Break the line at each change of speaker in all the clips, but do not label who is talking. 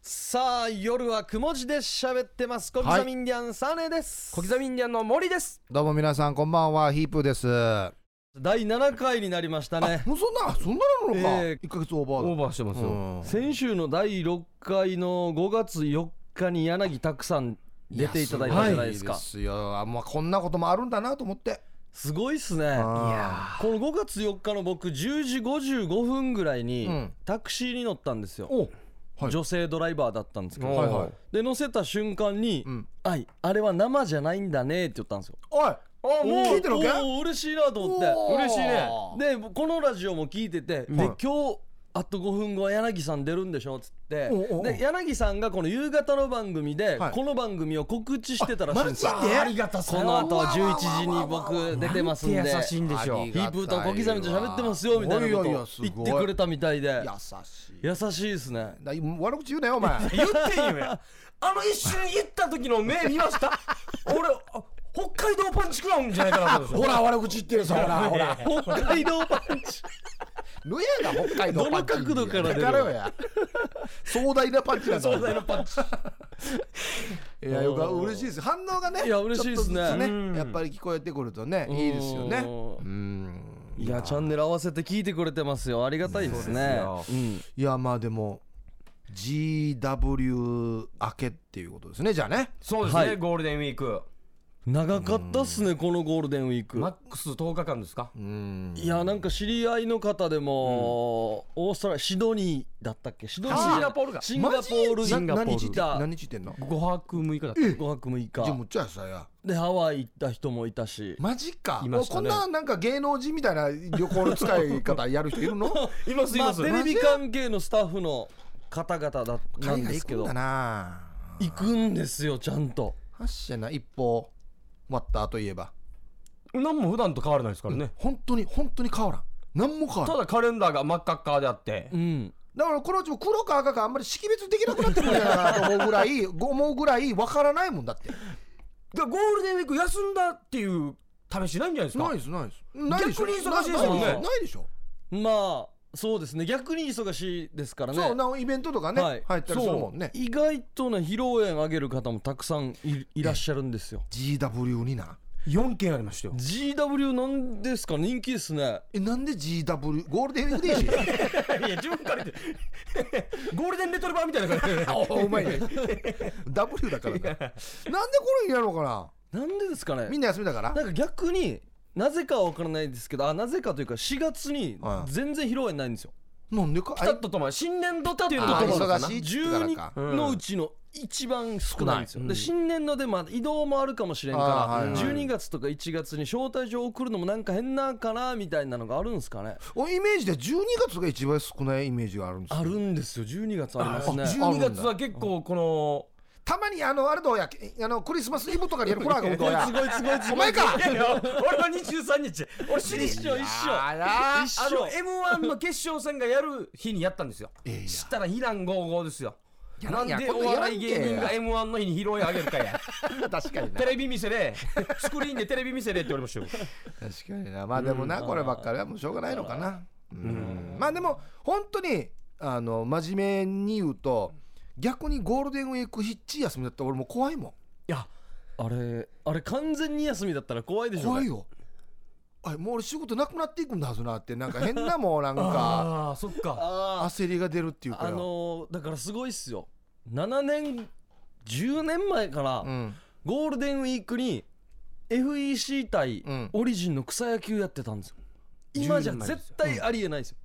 さあ夜はくも字で喋ってます小刻みインディアンサネです、
小刻みインディアンの森です。
どうも皆さんこんばんはヒープーです。あ
第7回になりましたね
もうそんなそんななのか。
ええ
一ヶ月オーバ
オー
ーだ。
バーしてますよ。
うん
先週の第6回の5月4日に柳拓さん出ていただいたじゃないですか
やすごいですよ。あまあこんなこともあるんだなと思って。
すごいっすね
あ
この5月4日の僕10時55分ぐらいに
うん
タクシーに乗ったんですよ、
お、はい
女性ドライバーだったんですけど、
はいはい
で乗せた瞬間に
うん
「あいあれは生じゃないんだね」って言ったんですよ
おい。
あもう
聞いてるわけ
おー嬉しいなと思
おー
って
嬉しいね
でこのラジオも聞いてて、で今日あと5分後は柳さん出るんでしょっつって
おうおうおう
で柳さんがこの夕方の番組で
はい
この番組を告知してたらしいんですよ、
マジで
ありがたこの後11時に僕出てますんで
優しい
ヒ
んでしょ
あ
う
り。
ープーと小刻みと喋ってますよみたいなこと
おいおいお
を
いすご
言
い
ってくれたみたいで
優しい。
優しいです ね
だ悪口言うなよお前。
言ってんよや。 あの一瞬行った時の目見ました。俺あ北海道パンチ食らうんじゃないかなと思って
ほら悪口言ってるさほ らほら。
北海道パン チ
ぬやが北海道パンチ。
どの角度から出る
だからよや。壮大なパンチなんだ。
壮大なパンチ
いやよか嬉しいです。反応がね。
いや嬉しいですね
ちょっとずつ
うん
やっぱり聞こえてくるとねいいですよね。うん。
いやチャンネル合わせて聞いてくれてますよありがたいですね
そうです
うん
いやまあでも GW 明けっていうことですねじゃあね
そうですね、
はい
ゴールデンウィーク。
長かったっすねこのゴールデンウィーク、
マックス10日間ですか
う。ん
いやなんか知り合いの方でも、オーストラリアシドニーだったっけシドニー
シンガポールか
シンガポール
マジ
に
何
行
日っ
ってた
何日行ってんのじ
5泊6日だった。
5泊6
ゃあ
日
むっちゃさや
でハワイ行った人もいたし、
マジか
いましたね
おこんななんか芸能人みたいな旅行の使い方やる人 いるの
いますい
ま
ま
あ、
す。
テレビ関係のスタッフの方々だった
海
ん
外
で
行
す
く
け
ん
ど
だな
行くんですよちゃんと
はっしゃな一歩終わったといえば
何も普段と変わらないですからね。
本当に本当に変わらん何も変わら
た
ん
だカレンダーが真っ赤っかであって
う。ん
だからこのうちも黒か赤かあんまり識別できなくなってくるんじゃないかなと思うぐらい思うぐらいわからないもんだって
でゴールデンウィーク休んだっていう試しないんじゃないですか。
ないですないですないでしょ
逆に忙しいですもんね
ないないでしょ
まあそうですね逆に忙しいですからね
そうなイベントとかね、
はい
入ったりするもんね
意外とね披露宴あげる方もたくさんいいらっしゃるんですよ
GW にな
4件ありましたよ。
GW なんですか人気ですね
えなんで GW ゴールデンウィークでいいし
いや、自分から言って。ゴールデンレトリバーみたいな感じで。
おうまいね W だからななんでこれやろうかな
なんでですかね
みんな休みだから
なんか逆になぜかは分からないですけどあなぜかというか4月に
はい
全然披露宴ないんですよ
なんでか
ピタッと止まる。新年度っていうの
あ
と
ー
止まる。
忙しいって言ってたからか
12のうちの一番少ないんですよ、
少ない
で新年度でまあ移動もあるかもしれんから、
あーはいはい
12月とか1月に招待状送るのもなんか変なかなみたいなのがあるんですかね
おイメージで12月が一番少ないイメージがあるんですよ
あるんですよ12月ありますね
12月は結構この。
たまにあのあれどうやけあのクリスマスイブとかにやるコラーがどう や
すごいすごいすごい
お前か
いやいや、俺は23日。俺知り
一緒一緒
あ
一
あ
緒
の M1 の決勝戦がやる日にやったんですよ。
ええや
知ったら非難合合ですよ。
や
な
ら
ん
んや
で
こん
お
なんやら
笑い
んけ
芸人が M1 の日に披露宴あげるかや。
ら 確かにな
テレビ見せで、スクリーンでテレビ見せでって言われましたよ。
確かになまあでもな、こればっかりはもうしょうがないのかなうんまあでも本当にあの真面目に言うと逆にゴールデンウィークひっちり休みだったら俺もう怖いも
いや、
あれあれ完全に休みだったら怖いで
ん
しょ
怖い
よ
よあもう俺仕事なくなっていくんだはずなってなんか変なもう なんか
ああ、そっか。
あ
焦りが出るっていう
ー
か
あ
よ、
のーだからすごいっすよ7年10年前から
うん、
ゴールデンウィークに FEC 対
うん
オリジンの草野球やってたんですよ今じゃ
10年前です
絶対ありえないですよ、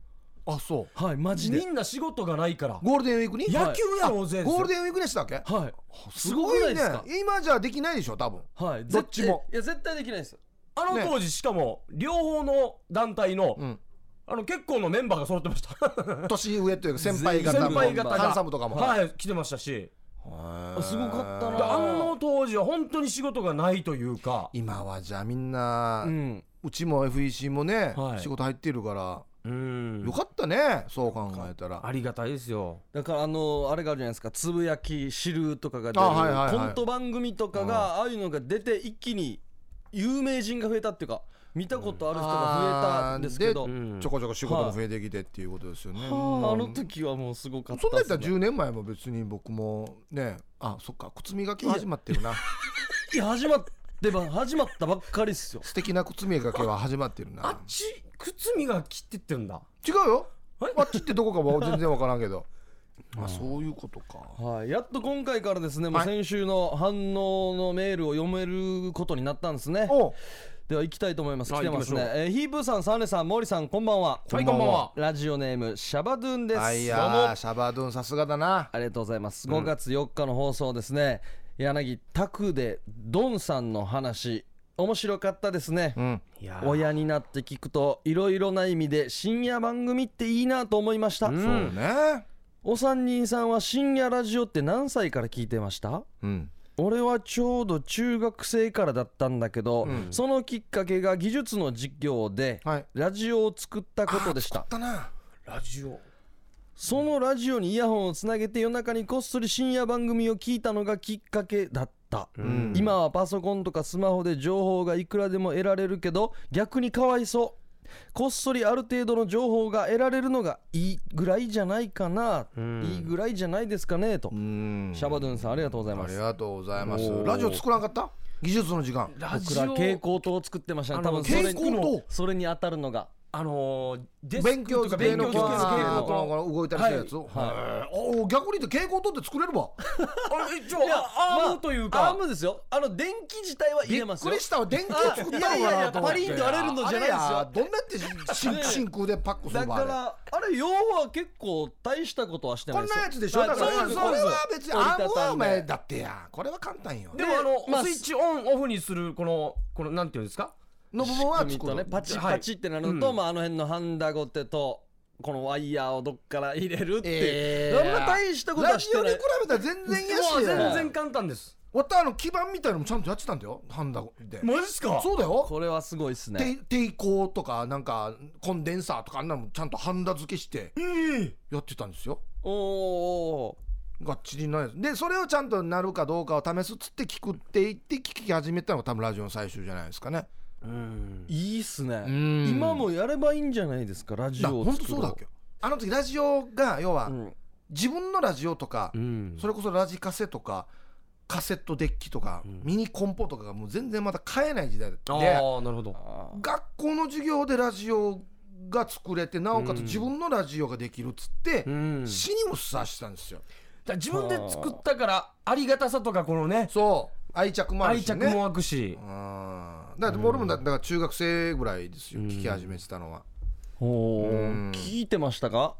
あそう
はいマジで
みんな仕事がないから。
ゴールデンウィークに
や
野球やろうぜ。
ゴールデンウィークでしたっけ
はいす
す
ご
ご
くないいで
ね
すか
今じゃできないでしょ多分
はい
どっちも
絶対いや絶対できないです
あの当時、しかも、両方の団体の、
うん
あの、結構のメンバーが揃ってました。
年上というか先輩方も
先輩方が
ハンサムとかも、
はい、来てましたし。
はい
すごかった
で
な
あの当時は本当に仕事がないというか。
今はじゃあみんな、
う
うんちも FEC もね、
はい
仕事入ってるから、
うん
よかったねそう考えたら
ありがたいですよ。
だからあのあれがあるじゃないですかつぶやき汁とかが出
あはいはいはい
るコント番組とかがああいうのが出て一気に有名人が増えたっていうか見たことある人が増えたんですけど、
あ
う
ー
ん
うん
ちょこちょこ仕事も増えてきてっていうことですよね、
あ
うん
の時はもうすごかった
そんなんやった
っ
ら
すね
10年前も別に僕もねあそっか靴磨きは始まってるない
や始まってば始まったばっかりっすよ
素敵な靴磨きは始まってる
あっ
な
ち靴磨きって言ってんだ
違うよ
え
あっちってどこかは全然わからんけどあそういうことか
はい、やっと今回からですね、もう
はい
先週の反応のメールを読めることになったんですね。
おう
では行きたいと思います。
は
来
い
てますね
行きま。
えーヒープーさん、サーネさん、モーリーさん、こんばんは。
はいこんばんは
ラジオネームシャバドゥンです。
あいや
どうも
ーシャバドゥンさすがだな
ありがとうございます。5月4日の放送ですね。柳拓でドンさんの話、面白かったですね。
うん
いや
親になって聞くといろいろな意味で深夜番組っていいなと思いました、
うん
そうね
お三人さんは深夜ラジオって何歳から聞いてました
うん
俺はちょうど中学生からだったんだけど、
うん
そのきっかけが技術の授業で
はい
ラジオを作ったことでした
あったな
ラジオ
そのラジオにイヤホンをつなげて夜中にこっそり深夜番組を聞いたのがきっかけだった、
ん
今はパソコンとかスマホで情報がいくらでも得られるけど逆にかわいそうこっそりある程度の情報が得られるのがいいぐらいじゃないかな、
うん
いいぐらいじゃないですかねと、
うん
シャバドゥンさんありがとうござい
あ
ま
り
す
がとうございます
おー
ラジオ作らんかった技術の時間
ラ
僕
ジ
ら
オ
蛍光灯を作ってましたね多分それ
蛍
に
光灯
それに当たるのが
あのー、デス
勉
ク
強
とか
机
勉
の
強
この
机の
あー
蛍光灯
この動いたりしたやつを、
はい
へーおー逆に言って蛍光灯って作れ るわ
あれ一応アームという
まあ
か
アームですよあの電気自体は入
び
れ
っ
ます
く
よ
りしたわ電気を作ったのかなと思って
いやいやいやパリンと割れるの じゃないですよ
あれやどんなって真
ね
真空でパックす
だ
る
か
わあれ
らあれ用は結構大したことはしてない
こん
ですよ
なやつでしょ
はい
だから
そうです
これは
そうで
別
す
にアー
折りた
ム
たん
は
で
お前だってやこれは簡単よ
でもあの、
まあ
スイッチオンオフにするこのこのなんていうんですか
の部分は
組
作
と
る
ねパチパチってなると、
はいうん
まあ、あの辺のハンダゴテとこのワイヤーをどっから入れるって、
え
そんな大したこと
ラ
は
ジ
して
オ
な
に
い
比べたら全然
も
安
う
い
全
よ
然簡単です
わたあの基板みたいのもちゃんとやってたんだよハンダで
マジっすか
そうだよ
これはすごいですね
て抵抗とかなんかコンデンサーとかあんなのもちゃんとハンダ付けしてやってたんですよ
おお
がっちりなやつでそれをちゃんとなるかどうかを試すっつって聞くって言って聞き始めたのが多分ラジオの最終じゃないですかね
うん
いいっすね
うん
今もやればいいんじゃないですかラジ
だ
オを
本当
作
そ
ろ
うだっけあの時ラジオが要は
うん
自分のラジオとか、
うん
それこそラジカセとかカセットデッキとか、
うん
ミニコンポとかがもう全然まだ買えない時代で
ああなるほど
あー
学校の授業でラジオが作れてなおかつ
うん
自分のラジオができるっつって、
ん
死にもさしてたんですよ
だから自分で作ったからありがたさとかこのね
そう愛着もある
愛
しね
着も湧くし
うんだって俺もだだから中学生ぐらいですよ、
うん
聞き始めてたのは
おお
うん
聞いてましたか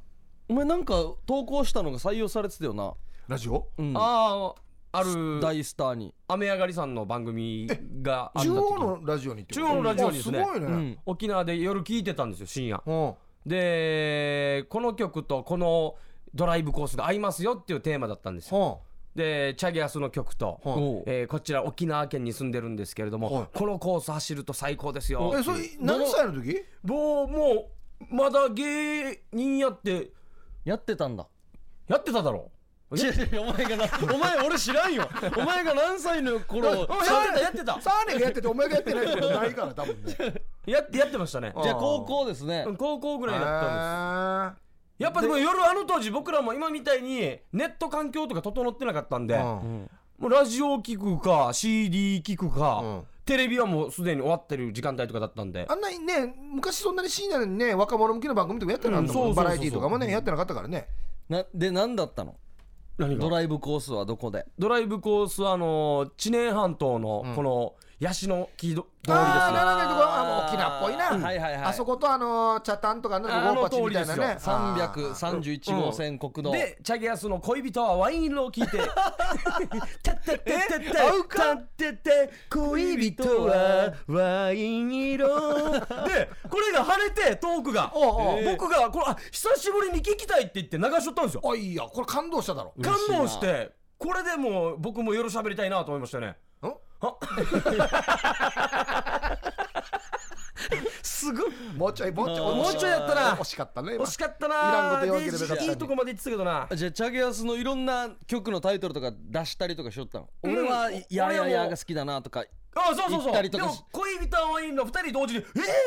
お前なんか投稿したのが採用されてたよな、
ラジオ
うん、
ああある
大スターに
雨上がりさんの番組があっ
中
た時
央のラジオにってこと
中央のラジオにですね
あすごいね、
うん
沖縄で夜聞いてたんですよ深夜
うん
でこの曲とこのドライブコースが合いますよっていうテーマだったんですよ
は
でチャギアスの曲と、
あは
おう
えーこちら沖縄県に住んでるんですけれども、
はい
このコース走ると最高です
あ
よ
えそれ何歳の時
もうもうまだ芸人やって
やってたんだ
やってただろ
いやいやお前が なお前俺知らんよお前が何歳の 頃
やってたやってた
サーネがやっててお前がやってないことないから多分ね
やってやってましたね
あ
じゃあ高校ですね
うん高校ぐ
ぐ
らいだったんです
たんです
やっぱでも夜あの当時僕らも今みたいにネット環境とか整ってなかったんで、
うん
うん
もうラジオ聞くか CD 聞くか、
うん
テレビはもうすでに終わってる時間帯とかだったんで
あんなにね昔そんなに深夜にね若者向けの番組とかやってなかった
うん
も
そ
ん
うそうそうそう
バラエティーとかもねやってなかったからね
なで何だったの
何
ドライブコースはどこで
ドライブコースはあのー知念半島
う
の
ん
このヤシの木ど通りですね
あーならないとこ
あー
あもう沖縄っぽいな、
はいはいはい
あそことあのー茶炭とかの
あ
ゴーパチみたいなねあー
331号線国道
でチャゲアスの恋人はワイン色を聞いて「てってってってって
合うか
てってって恋人はワイン色」 でこれが晴れてトークが
おうおう
僕がこれあ久しぶりに聞きたいって言って流しとったんですよ
あいいやこれ感動しただろ
感
しいな
動してこれでもう僕も夜喋りたいなと思いましたね
ん
すごい
もうちょいもうちょい
うん
もうちょいやったな
惜しかったね今
惜しかった
いらんこ
な
と言わんければよかった
デイジーいいとこまで言ってたけどな
じゃあチャゲアスのいろんな曲のタイトルとか出したりとかしよったの、俺はい
うん
やーやー
俺はもう
やーが好きだなとか
あそうそう
行
そ
った
う
りと
で
か
も
し
恋人はワインの2人同時に「えー!」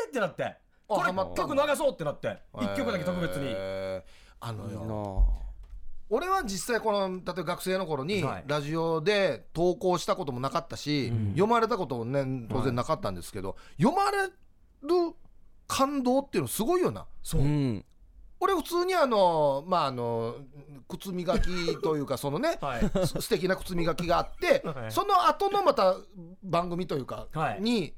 ってなってこれ
ハマったん
曲
だ
流そうってなって1曲だけ特別に
えーあの
いいな
よ
ぁ
俺は実際この例えば学生の頃に
はい
ラジオで投稿したこともなかったし、読まれたこともね当然なかったんですけど、読まれる感動っていうのすごいよな
そううん
俺普通にあのまああの靴磨きというかその ね
はい
す素敵な靴磨きがあって、
はい
その後のまた番組というか
はい
に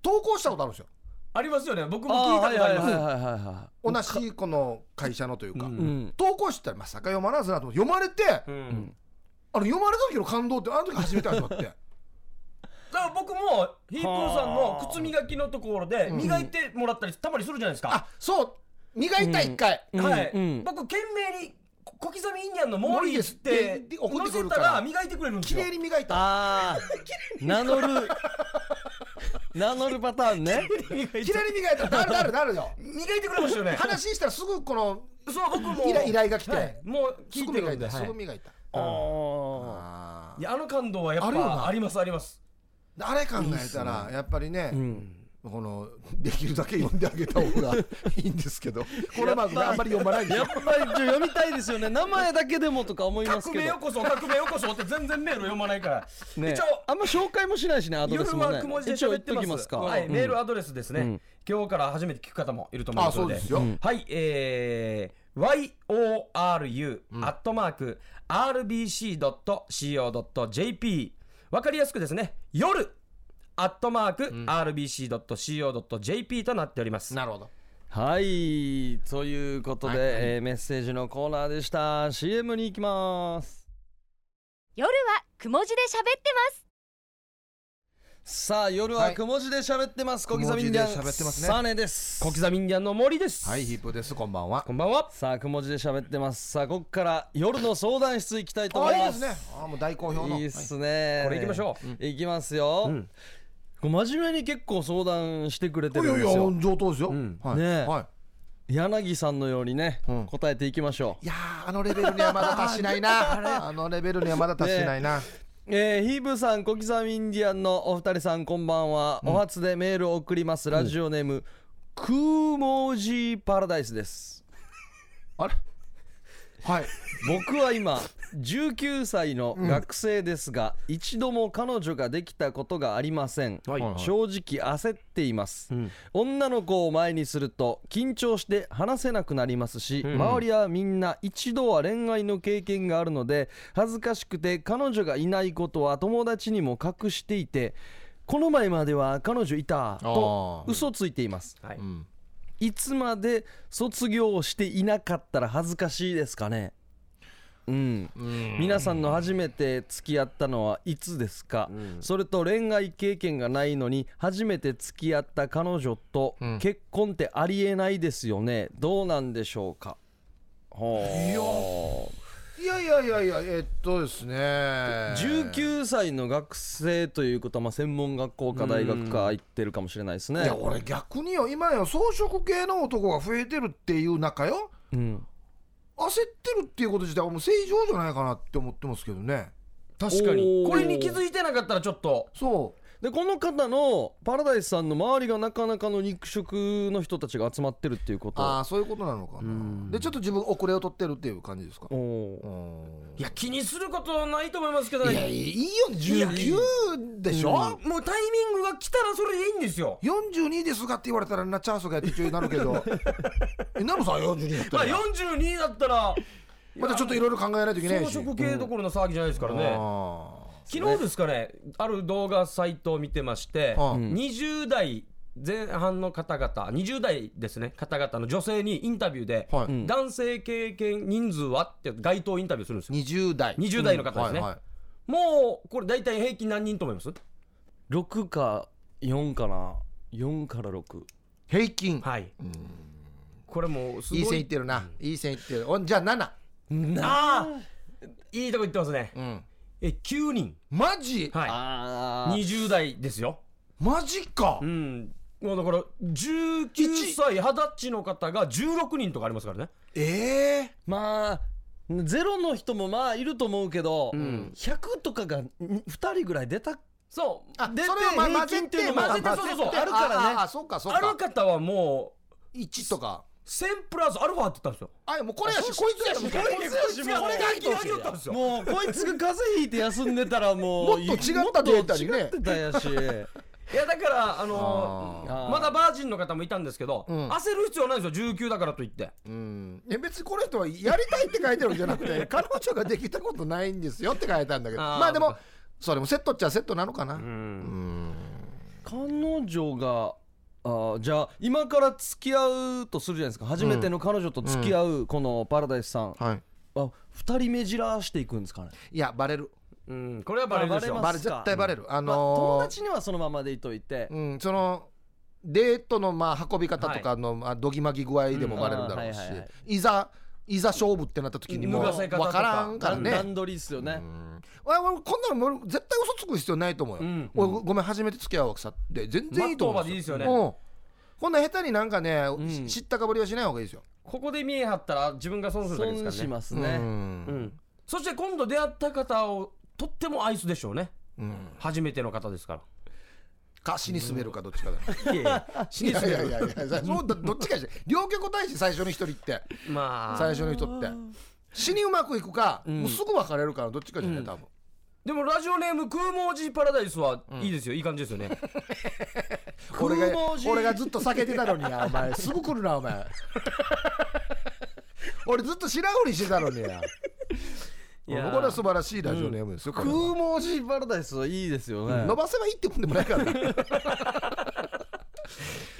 投稿したことあるんですよ
ありますよね僕も聞
あ
い
ー
たことあります
はいはいはいはいは
同じこの会社のというか、
う
いうん
投稿したらまさか読まなずなと思って読まれて、
う
う
んん
あの読まれた時の感動ってあの時初めて味わって
だから僕もヒープーさんの靴磨きのところで
うん
磨いてもらったりたまにするじゃないですか
あそう磨いた一回、
うん
はい、
うん
僕懸命にこ小刻みインディアンのモー
モーリー
リーって
ですって送っ
乗
てく
せ
る
た
から
ら磨いてくれるんです
綺
よ
麗に磨いた
あ あ名乗る名乗るパターンね
綺麗に磨いたなるなるなる よ
磨いてくれました よね
話したらすぐこの
そう僕も
依頼依頼が来て
はいもう聞
す
い
ぐ
て
磨
る
い
んで
た
は
す
い
ぐ磨いた、
あー
あ
いやあの感動はやっ
あるよな
ぱありますあります
ーあれ考えたらやっぱりね、
うん
このできるだけ読んであげた方 がいいんですけどこれまああんまり読まないんで
やっぱりちょ読みたいですよね名前だけでもとか思います
革
け
命よ
ど
こそ革命よこそって全然メール読まないから、
ね
一応
あんま紹介もしないしねアドレス
夜
も
は
ね
くも字で
一応
喋
言
っ
ってと
ま
き
す
ますか
はい、
うん
メールアドレスですね、
うん
今日から初めて聞く方もいると思い
あ
ます
そ
の
う
で
ですよ、
はいえー yoru アットマーク rbc.co.jp わかりやすくですね夜アットマーク rbc.co.jp となっております、
なるほど
はいということで、えーメッセージのコーナーでした CM に行きます
夜はくも字で喋ってます
さあ夜はくも字で喋ってます、小刻みにゃん
くも字で喋ってますね
サネです
小刻みインディアンの森です、
はいヒップですこんばんは
こんばんは
さあくも字で喋ってますさあここから夜の相談室行きたいと思い
あいい
ま
ですすねあもう大好評の
いいっすね、
これ行きましょう、
行きますよ、
うん
これ真面目に結構相談してくれて
はい、い
る
や
ん
い
で
や
すよ
上等ですよ、
ん
はい、
ねえ
はい
柳さんのようにね、
うん
答えていきましょう
いやーあのレベルにはまだ達しない なあのレベルにはまだ達しないな、
えーヒーブさん小刻みインディアンのお二人さんこんばんは、お初でメールを送りますラジオネーム、クーモージーパラダイスです
あれはい
僕は今19歳の学生ですが、一度も彼女ができたことがありません、
はい
はい
正直焦っています、女の子を前にすると緊張して話せなくなりますし、周りはみんな一度は恋愛の経験があるので恥ずかしくて彼女がいないことは友達にも隠していてこの前までは彼女いたと
あー
嘘ついています
はい
うん
いつまで卒業していなかったら恥ずかしいですかねうん皆さんの初めて付き合ったのはいつですか、それと恋愛経験がないのに初めて付き合った彼女と
うん
結婚ってありえないですよねどうなんでしょうかほう
いやいやいやいやえっとですね
19歳の学生ということはまあ専門学校か大学か行ってるかもしれないですね
いや俺逆によ今よ装飾系の男が増えてるっていう中よ
うん
焦ってるっていうこと自体はもう正常じゃないかなって思ってますけどね
確かに
おー
これに気づいてなかったらちょっと
そ
でこの方のパラダイスさんの周りがなかなかの肉食の人たちが集まってるっていうこ
うあ
と
あそういうことなのかなでちょっと自分遅れを取ってるっていう感じですか
おお
うん
いや気にすることはないと思いますけど
いや
ね
いいよ19でしょ
もうタイミングが来たらそれでいいんですよ
42ですがって言われたらなチャンスがやってちょいなる けどえなのさ42だった
まあ
ら
42だったら
またちょっといろいろ考えないといけないし
装飾系どころの騒ぎじゃないですからね、
あ
昨日ですかねある動画サイトを見てまして、
あ
ん
20代前半の方々20代ですね方々の女性にインタビューで、
ーはい
ん
男性経験人数はって街頭インタビューするんですよ
20代
20代の方ですね
うんはいはい
もうこれ大体平均何人と思います
6か4かな4から6
平均
はいこれもうすごい
いい線いってるないい線いってるおじゃあ7
ああいいとこ行ってますね、
うん
え9人
マジ
は
あ
い20代ですよ
マジか
うんもうだから19歳二十歳の方が16人とかありますからね
ええ
まあゼロの人もまあいると思うけど、100とかが2人ぐらい出た
そう
あ
出て
それをま
平均っていうのも
混ぜてそうそうそう
混ぜて
あるからね
あああそうかそう
ある
か
方はも
1とか
う1000プラスアルファって言ったんですよ
あもうこれやしこいつやし
こいつ
こいつやし
やしこれが明らかにったんですよ
もうこいつが風邪ひいて休んでたらもう
もっと違ったデータにね
もっと違ってたやし
いやだからあの
あー
まだバージンの方もいたんですけど、
うん
焦る必要ないんですよ19だからといって
うん、いや別にこの人はやりたいって書いてるんじゃなくて彼女ができたことないんですよって書いたんだけど
あー
まあでもそれもセットっちゃセットなのかな、うん
彼女があーじゃあ今から付き合うとするじゃないですか初めての彼女と付き合うこのパラダイスさん、
はい、
あ2人目じらしていくんですかね、
いやバレる
うんこれはバレるでしょ
あバレ
う
ま
バレ
すか
絶対バレる、あ
まあ友
のー
達にはそのままでいといて、
うん、そのデートのまあ運び方とかの、まあどぎまぎ具合でもバレるだろうし、
うんあーはいいはいはい
ざいざ勝負ってなった時にも
脱がせ
分
方とか
からんから
段
ね
段取りっすよね、
わ俺こんなのもう絶対嘘つく必要ないと思うよ、
うん
俺ごごめん初めて付き合うわけさって全然いいと思う
マットオーバーでいいですよね
うんこんな下手になんかね、
ん
し知ったかぶりはしない方がいいですよ、
ここで見え張ったら自分が損するだけ
損
ですか
し
らね
ますね、
うん
うん、そして今度出会った方をとっても愛すでしょうね
うん
初めての方ですか
か死に滑るかどっちかだ、
らいやいや死に
いやい
滑
や
る
いやいやそうどどっちかでしょ両極大し最初の一人って
ま
最
あ
初の人って死にうまくいくか、もうすぐ別れるからどっちかじゃない多分、
でもラジオネーム空文字パラダイスはいいですよ、いい感じですよね
俺が
空文字
俺がずっと避けてたのにやお前すぐ来るなお 前俺ずっと白振りしてたのにや
いやー
これは素晴らしいラジオネームですよ、これは
空文字パラダイスはいいですよね、
伸ばせばいいってもんでもないからね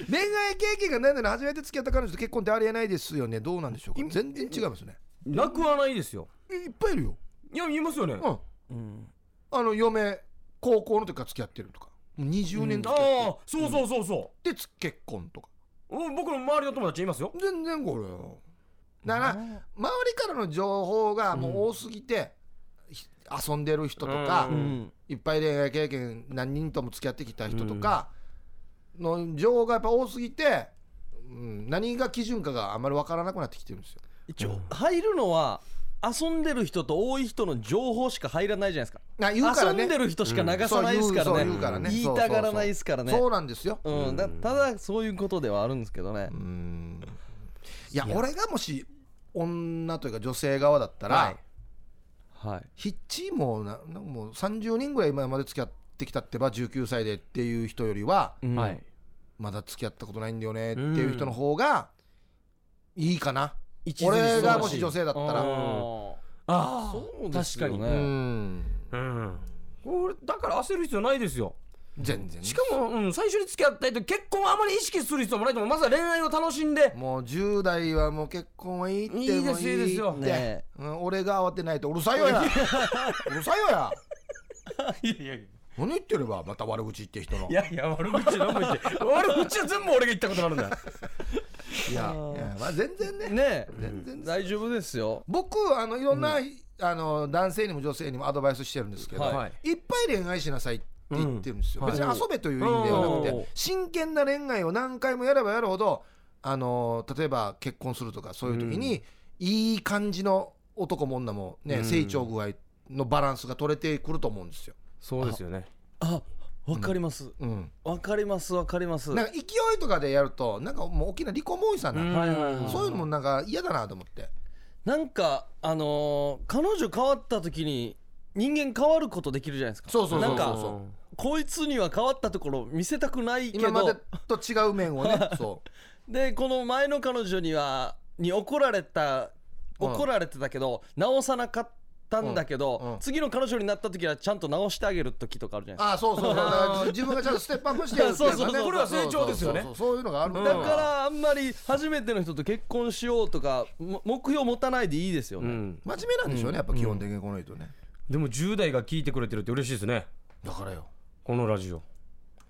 恋愛経験がないのに初めて付き合った彼女と結婚ってありえないですよねどうなんでしょうか全然違いますね
なくはないですよ
えいっぱいいるよ
いや言いますよね、
うん
うん
あの嫁高校の時から付き合ってるとかもう20年付き
あ
合っ
あそうそうそうそ
てでつ結婚とか
う、うん僕の周りの友達いますよ
全然これよだから周りからの情報がもう多すぎて、ひ遊んでる人とか、
うん
いっぱい恋愛経験何人とも付き合ってきた人とかの情報がやっぱ多すぎて、うん、何が基準かがあんまり分からなくなってきてるんですよ。
一応入るのは遊んでる人と多い人の情報しか入らないじゃないですか
あ言うからね
遊んでる人しか流さないですか
そう
ら
言
ね
うそう言うからね
言いたがらないですからね
そうそうそうそうなんですよ。
うん、だただそういうことではあるんですけどね、
うんいや俺がもし女というか女性側だったら、
はい
はい
ヒッチーもうななもう30人ぐらい今まで付き合ってきたってば19歳でっていう人よりは、
うん
はい
まだ付き合ったことないんだよねっていう人の方がいいかな、
一途に
俺
素晴
が
ら
も
し
し
い
女性だった
あ
ら。
ー
ああ
そうですよ
確か
ね
に
うん
うんこれだから焦る必要ないですよ
全然
しかも、うん、最初に付き合った人結婚をあまり意識する必要もないと思うまずは恋愛を楽しんで
もう10代はもう結婚はいいって
いいです
もう
いいですよ
って
ねえ
うん俺が慌てないとうるさいよ やうるさいよや
いやいやい
何言ってればまた悪口言って人のいや
やいや悪口なんも言って 悪口は全部俺が言ったことになるんだよ
いやまあ全然ね
ね
全然
大丈夫ですよ
僕あのいろんな、あの男性にも女性にもアドバイスしてるんですけど、、
はい
っぱい恋愛しなさいって言ってるんですよ、
うん
別に遊べという意味ではなくて、
うん
真剣な恋愛を何回もやればやるほどあの例えば結婚するとかそういう時に、いい感じの男も女も、ね
うん
成長具合のバランスが取れてくると思うんですよ。
そうですよね
あわかります
うん、
わ、かりますわかります
なんか勢いとかでやるとなんかもう大きな離婚も多いさな、
うん
はいはいはい
そういうのもなんか嫌だなと思って。
なんかあのー彼女変わった時に人間変わることできるじゃないですか
そうそうそうそう
なん
そ
か
う
こいつには変わったところ見せたくないけ
今まで
ど
と違う 面をねそう
でこの前の彼女にはに怒られた
うん
怒られてたけど、直さなかったんだけど、
うんうん
次の彼女になった時はちゃんと直してあげる時とかあるじゃない
ああそうそうそう だから自分がちゃんとステップアップしてやるっていの
そう
が
そうそう
これは成長ですよね
そうそうそうそういうのがある
ですか、
うん
だからあんまり初めての人と結婚しようとかも目標持たないでいいですよ
う
ね、
ん
真面目なんでしょうねやっぱ基本的にこの人ね、
でも10代が聞いてくれてるって嬉しいですね
だからよ
このラジオ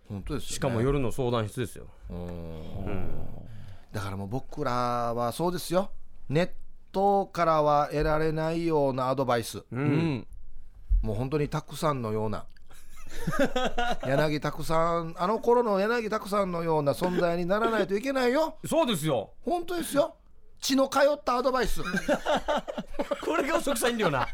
本当ですよ、ね、
しかも夜の相談室ですよ
うんだからもう僕らはそうですよネットからは得られないようなアドバイス
うん
もう本当にたくさんのような柳拓さんあの頃の柳拓さんのような存在にならないといけないよ
そうですよ
本当ですよ血の通ったアドバイスなんで
これが嘘くさいんだよな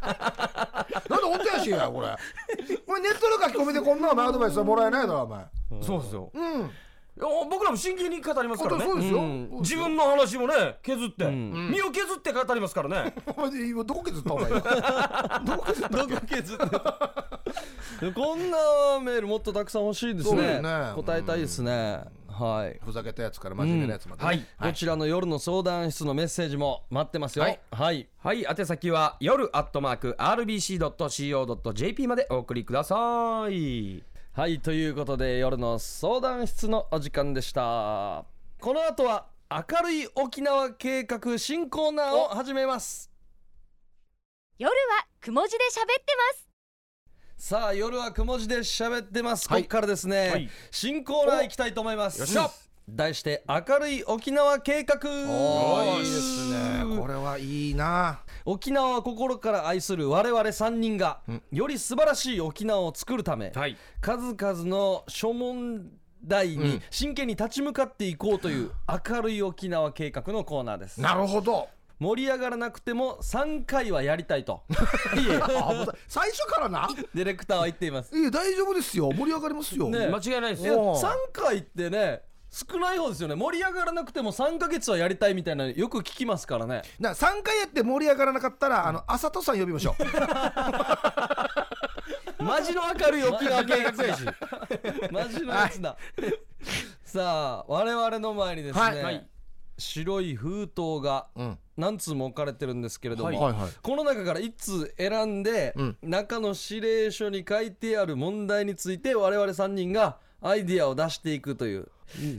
本当ややしやこれ これネットの書き込みでこんなお前アドバイスはもらえないだろお前
そうですよ
うん
いや僕らも真剣に語りますからね
そうですよ、
うん
自分の話もね削って、
ん
身を削って語りますからね
お前今どこ削 ったお前今どこ削った
どこ削ってこんなメールもっとたくさん欲しいです
そう
ね
よね
答えたいですね、はい
ふざけたやつから真面目なやつまで、
はい
こちらの夜の相談室のメッセージも待ってますよ
はい
はい
はい宛先は夜アットマーク RBC.CO.JP までお送りください
はいということで夜の相談室のお時間でしたこの後は明るい沖縄計画新コーナーを始めます
夜はくも字で喋ってます
さあ夜はくも字で喋ってます、
はい
ここからですね、
はい
新コーナー行きたいと思います
よっしゃ
うん題して明るい沖縄計画
おーいいですねこれはいいな
沖縄を心から愛する我々3人がより素晴らしい沖縄を作るため、
はい
数々の諸問題に真剣に立ち向かっていこうという明るい沖縄計画のコーナーです
なるほど
盛り上がらなくても3回はやりたいといえいえ
あ危ない最初からな
ディレクターは言っています
いや大丈夫ですよ盛り上がりますよ、
ね
間違いないです
いや
よ
おー
3回ってね少ない方ですよね盛り上がらなくても3ヶ月はやりたいみたいなのよく聞きますからね
な3回やって盛り上がらなかったら、あの朝とさん呼びましょう
マジの明るい沖縄計画 やし
マジのやつだ、さあ我々の前にですね、
はい
はい
白い封筒が
うん
何通も置かれてるんですけれども、
はいはいはい
この中から1通選んで、
うん
中の指令書に書いてある問題について我々3人がアイディアを出していくという、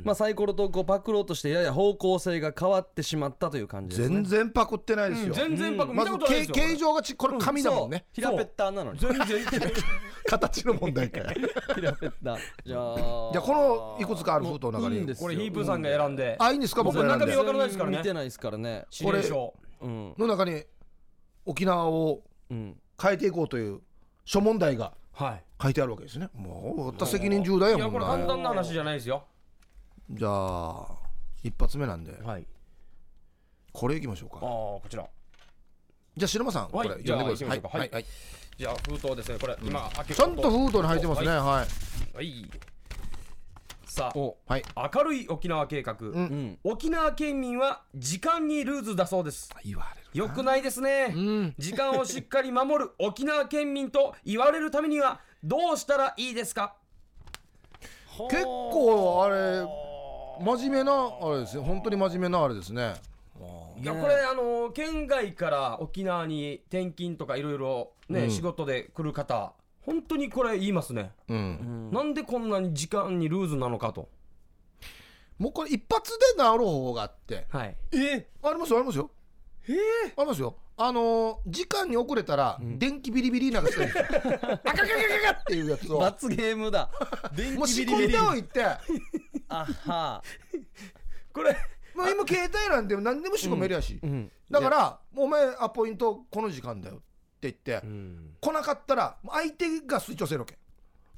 まあ、サイコロ投稿パクろうとしてやや方向性が変わってしまったという感じですね
全然パクってないですよ、
全然パク見
ま
た
ず
ことないです
形
よ
形状がちこれ紙だもんね、
そう平ペッターなのに
全然
形の問 題かよ
平ペッターじゃあ
じゃあこのいくつかある封筒の中に
いいんですよ
これヒープーさんが選んで
あいいんですか僕選ん
中身わ
で
からないですからね
見てないですからね
指令書
うん
の中に沖縄を
うん
変えていこうという諸問題が
はい
書いてあるわけですねもう負った責任重大や
いや
も
これ
ん
簡
な
単な話じゃないですよ
じゃあ一発目なんで
はい
これいきましょう
ああ
か
こちら
じゃあ白間さんこ
はい
れ読んでください
じゃあ行きましょうか
はい
は
はい
じゃあ封筒ですねこれ今開け
ちゃんと封筒に入ってますねはい
はいさ
お
はい
あ明るい沖縄計画
ん
うん
沖縄県民は時間にルーズだそうです
言われる
よくないですね
ん
時間をしっかり守る沖縄県民と言われるためにはどうしたらいいですか
結構あれ真面目なあれですよ本当に真面目なあれですね
いや
ね
これあのー県外から沖縄に転勤とかいろいろね、
うん
仕事で来る方本当にこれ言いますね、
うん
なんでこんなに時間にルーズなのかと
もうこれ一発で治る方があって
はい
え
ありますよありますよ
え
ありますよあのー時間に遅れたら電気ビリビリ流してるんですよ あかかかかかっていうやつをも
罰ゲームだ電
う仕込んでおいて
あは
これ
もう今携帯なんて何でも仕込めるやし、
ん
だからもうお前アポイントこの時間だよって言って、来なかったらもう相手がスイッチ押せるわけ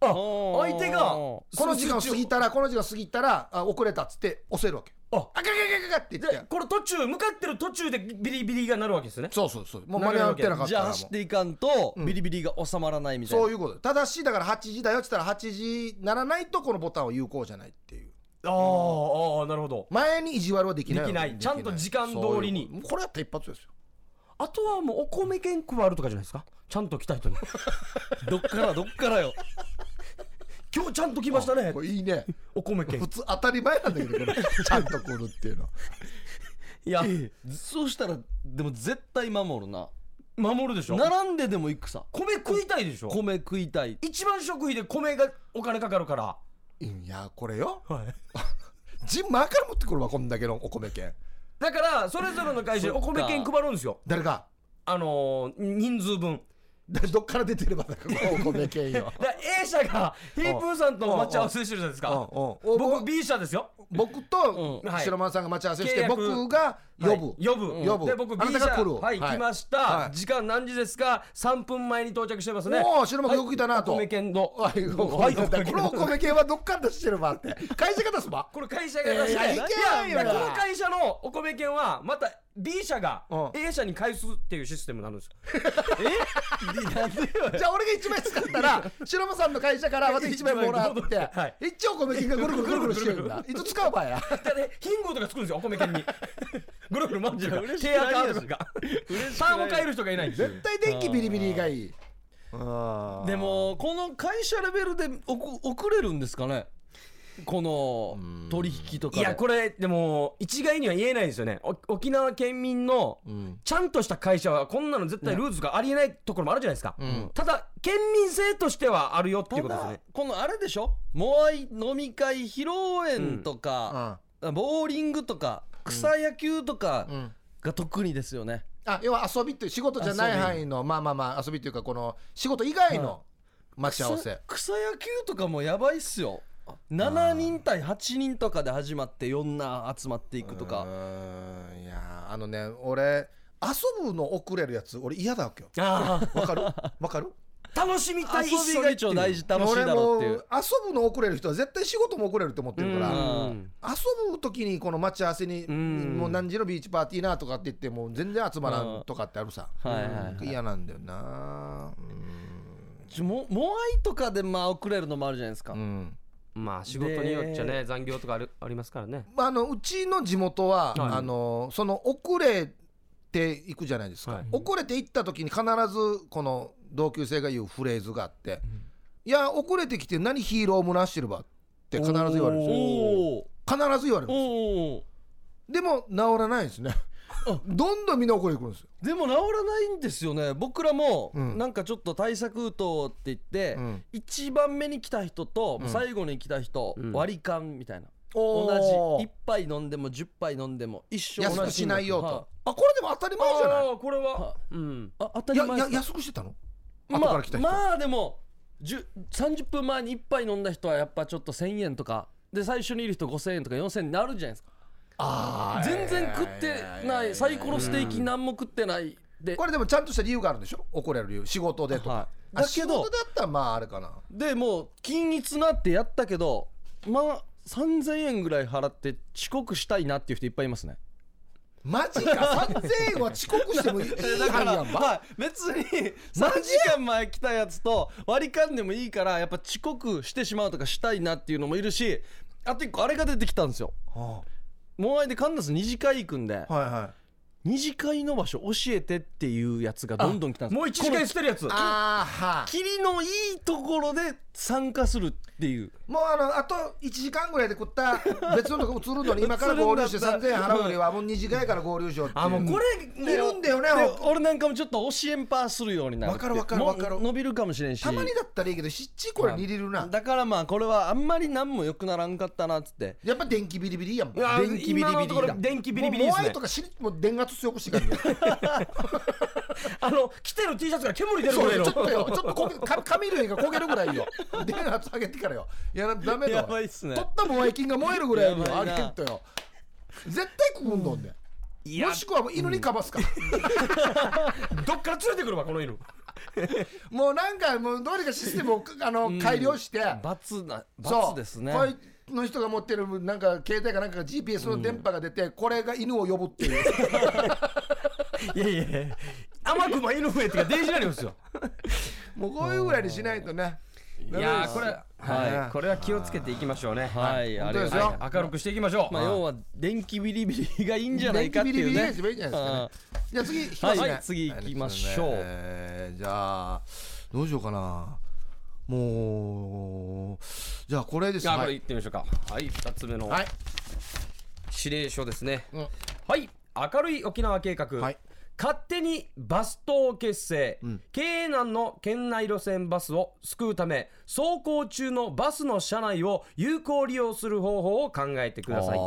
あ
おー
相手がこ
この時間過ぎたらこの時間過ぎたらあ遅れたっつって押せるわけ
あ
あかかかかって言って
これ途中向かってる途中でビリビリがなるわけですね
そうそうそうもう間に合ってなかっ
じ
た
ゃあ
らも
走っ
う
ていかんと
うん
ビリビリが収まらないみたいな、
そういうことただしだから8時だよっつったら8時ならないとこのボタンは有効じゃないっていう
あーあーなるほど
前に意地悪はできないわけ
できないちゃんと時間通りに
そういうこともうこれやったら一発ですよ
あとはもうお米券配るとかじゃないですかちゃんと来 た人に
どっからどっからよ
今日ちゃんと来ましたね
これいいね
お米券
普通当たり前なんだけどこれちゃんと来るっていうの
いや
そうしたらでも絶対守るな
守るでしょ
並んででも行くさ
米食いたいでしょ
米食いたい
一番食費で米がお金かかるから
いやこれよ
はい
ジンマーから持ってくるわこんだけのお米券
だからそれぞれの会社にお米券配るんですよ
誰か
あのー人数分
だどっから出てればだからお米券よ
だから A 社がヒープーさんと待ち合わせしてるじゃないです
うんう
か
んお
僕 B 社ですよ
僕と
うんはい
白間さんが待ち合わせして、
契約
僕が呼ぶ、
呼ぶ、
呼ぶ
で僕 B
あなた
社
が来る
はい
はい
来ました、
はい
時間何時ですか3分前に到着してますね
おー白幕よく来たなと
はいお米券の
はい
はい
このお米系はどっから出してるばって会社が出すば
これ会社が出
え
して、
ーいやいけないよ
だからこの会社のお米券はまた B 社が
うん
A 社に返すっていうシステムになる んですよ
じゃあ俺が1枚使ったら白間さんの会社からまた1枚もらって、
はい
一応米金がぐるぐるぐるぐるしてるんだいつ使うばや
だからね貧乏とかつくんですよお 米券にぐるぐる回ってるから
嬉しく
契
ないや
約
つ
カードとかパンを買える人がいないんですよ
絶対電気ビリビリがいいあー
でもこの会社レベルでおく遅れるんですかねこの取引とか
いやこれでも一概には言えないですよねお沖縄県民の
うん
ちゃんとした会社はこんなの絶対ルーズがありえないところもあるじゃないですか、
ん
ただ県民性としてはあるよっていう
た
ことです
だ
ね
このあれでしょモアイ飲み会披露宴とか、ボーリングとか草野球とか
うんうん
が特にですよね、
あ要は遊びっていう仕事じゃない範囲のまあまあまあ遊びというかこの仕事以外の待ち合わせ、
草草野球とかもやばいっすよ7人対8人とかで始まって4な集まっていくと
う
か
ーんいやーあのね俺遊ぶの遅れるやつ俺嫌だわけよ
ああ
わかるわかる
楽しみたい
遊びが一応大事楽しいだろうってい
俺も
う
う遊ぶの遅れる人は絶対仕事も遅れると思ってるから
うん
遊ぶ時にこの待ち合わせに
ん
もう何時のビーチパーティーなとかって言ってもう全然集まらんとかってあるさ
はいはいはい
なんか嫌なんだよな
ちょモモアイとかでまあ遅れるのもあるじゃないですか、
うん、うん
まあ仕事によっちゃね残業とかあるありますからね
まあ、あのうちの地元は、
はい
あのその遅れていくじゃないですか、
はい
遅れていった時に必ずこの同級生が言うフレーズがあって「いや遅れてきて何ヒーロームなしてるば」って必ず言われるんですよ
おお
必ず言われるんですよ
おお
でも治らないですねどんどんみんな遅れてくるんですよ、
でも治らないんですよね僕らも
うん
なんかちょっと対策打とうって言って、
うん
一番目に来た人と
うん
最後に来た人
うん
割り勘みたいな、
お
同
ー
じ1杯飲んでも10杯飲んでも一生
安
同
く
じ
しないよと、
は
あこれでも当たり前じゃない
あこれ
は
うん
あ当たり
や
前
や
です
安くしてたの
ま
後か
あ
ら来た人
まあでも10 30分前に1杯飲んだ人はやっぱちょっと1000円とかで最初にいる人5000円とか4000円になるじゃないですか
あー
全然食ってないサイコロステーキ何も食ってないで
これでもちゃんとした理由があるんでしょ怒れる理由仕事でとか、
は
あ
いだけ
仕
ど
事だったらまああれかな
でもう均一なってやったけどまあ3000円ぐらい払って遅刻したいなっていう人いっぱいいますね
マジか3000円は遅刻してもいい範囲やんば、
はい、別に3時間前来たやつと割り勘でもいいからやっぱ遅刻してしまうとかしたいなっていうのもいるしあと一個あれが出てきたんですよ
は
モアイでカンナス二次会行くんで
あはいはい
二次会の場所教えてっていうやつがどんどん来たんですよ
もう一時間捨てるやつ
あーはあ
霧のいいところで参加するっていう
もうあのあと1時間ぐらいで食った別のとこ移るのに今から合流して3000円払うよりはもう2時間から合流しようってい
あもうこれ
いるんだよね
で俺なんかもちょっと教えんパーするようになるって
わかるわかるわかる
もう伸びるかもしれんした
まにだったらいいけどしっちこれに入れるな
だからまあこれはあんまり何も良くならんかったなっつって
やっぱ電気ビリビリやん
いや
電気ビリ
今
ビ
のとこ
リだ
ろ電気ビリビリで
もう
す
モア
ね
イとかしもう電圧強くしてくる
あの着てる T シャツが煙出る
そ
ぐ
う
らい
よ
の
ちょっとよちょっとこけか髪類が焦げるぐらいよ 電圧上げてからよいやダメだ
や
よ
ばいっすね
取ったモアイ菌が燃えるぐらいの
やば
ア
いな
ケットよ絶対食うんどんで、もしくはもう犬にかばすか、
どっから連れてくるわこの犬
もうなんかもうどうにかシステムをあの改良して、
罰な
そう
罰ですね
こいつの人が持ってるなんか携帯かなんかが GPS の電波が出て、これが犬を呼ぶっていう
いやいやいや甘くば犬増えってかデイジになりますよ
もうこういうぐらいにしないとね
いやーこれ
は
はいいこれは気をつけていきましょうね
はい
本
あ
当
れが
ですよ
明るくしていきましょう
まあ要は電気ビリビリがいいんじゃないかっていうね
電気ビリビリが一番いいんじゃないですかねじゃあ次引きますね、
はい次行きましょう
えーじゃあどうしようかなもうじゃあこれです
じゃあこ
は
れ
い
いってみましょうかはい2つ目の
はい
指令書ですね
うん
はい明るい沖縄計画
はい
勝手にバス等結成、
ん
経営難の県内路線バスを救うため走行中のバスの車内を有効利用する方法を考えてください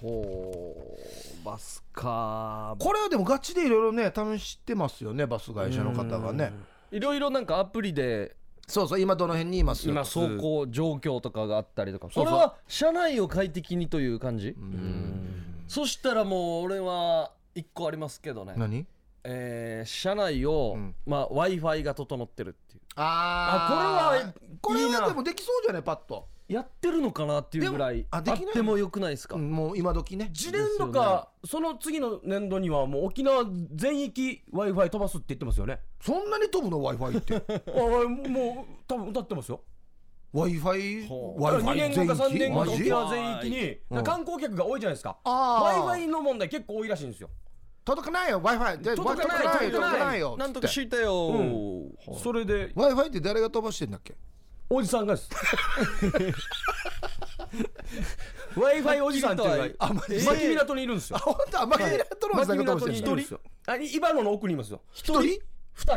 ほうバスか
これはでもガチでいろいろね試してますよねバス会社の方がね
いろいろなんかアプリで
そうそう今どの辺にいます
い
まあ
ます
走行状況とかがあったりとか
そうそう
これは車内を快適にという感じ
うん
そしたらもう俺は一個ありますけどね、
何
えー車内を、
うん
まあ、w i f i が整ってるっていう
あー
あ
こ
こ
れ
れはいい
は
な
でもできそうじゃないパッと、
やってるのかなっていうぐら
で
い
も
あ
あできない
ってもよくないですか、
うんもう今時ね
次年度か、その次の年度にはもう沖縄全域 w i f i 飛ばすって言ってますよね
そんなに飛ぶの w i f i って
ああもう多分歌ってますよ
w i f i
ほう
w i
2
f i
年後か3年後
マ
か
ジ
沖縄全域に
うん
だから観光客が多いじゃないですか w
あ
i
ー
f i の問題結構多いらしいんですよ
届かないよ w i f i
届かない
届かないよ
なんとか知ったよ、
う
ほう
それで
w i f i って誰が飛ばしてんだっけ
おじさんがです w i f i おじさんっていうのが
あマジ
牧港にいるんですよ
あ本当あマキミラトロンさんが飛ばして
にい
る
る
の
んですよあ今のの奥にいますよ
一人
2人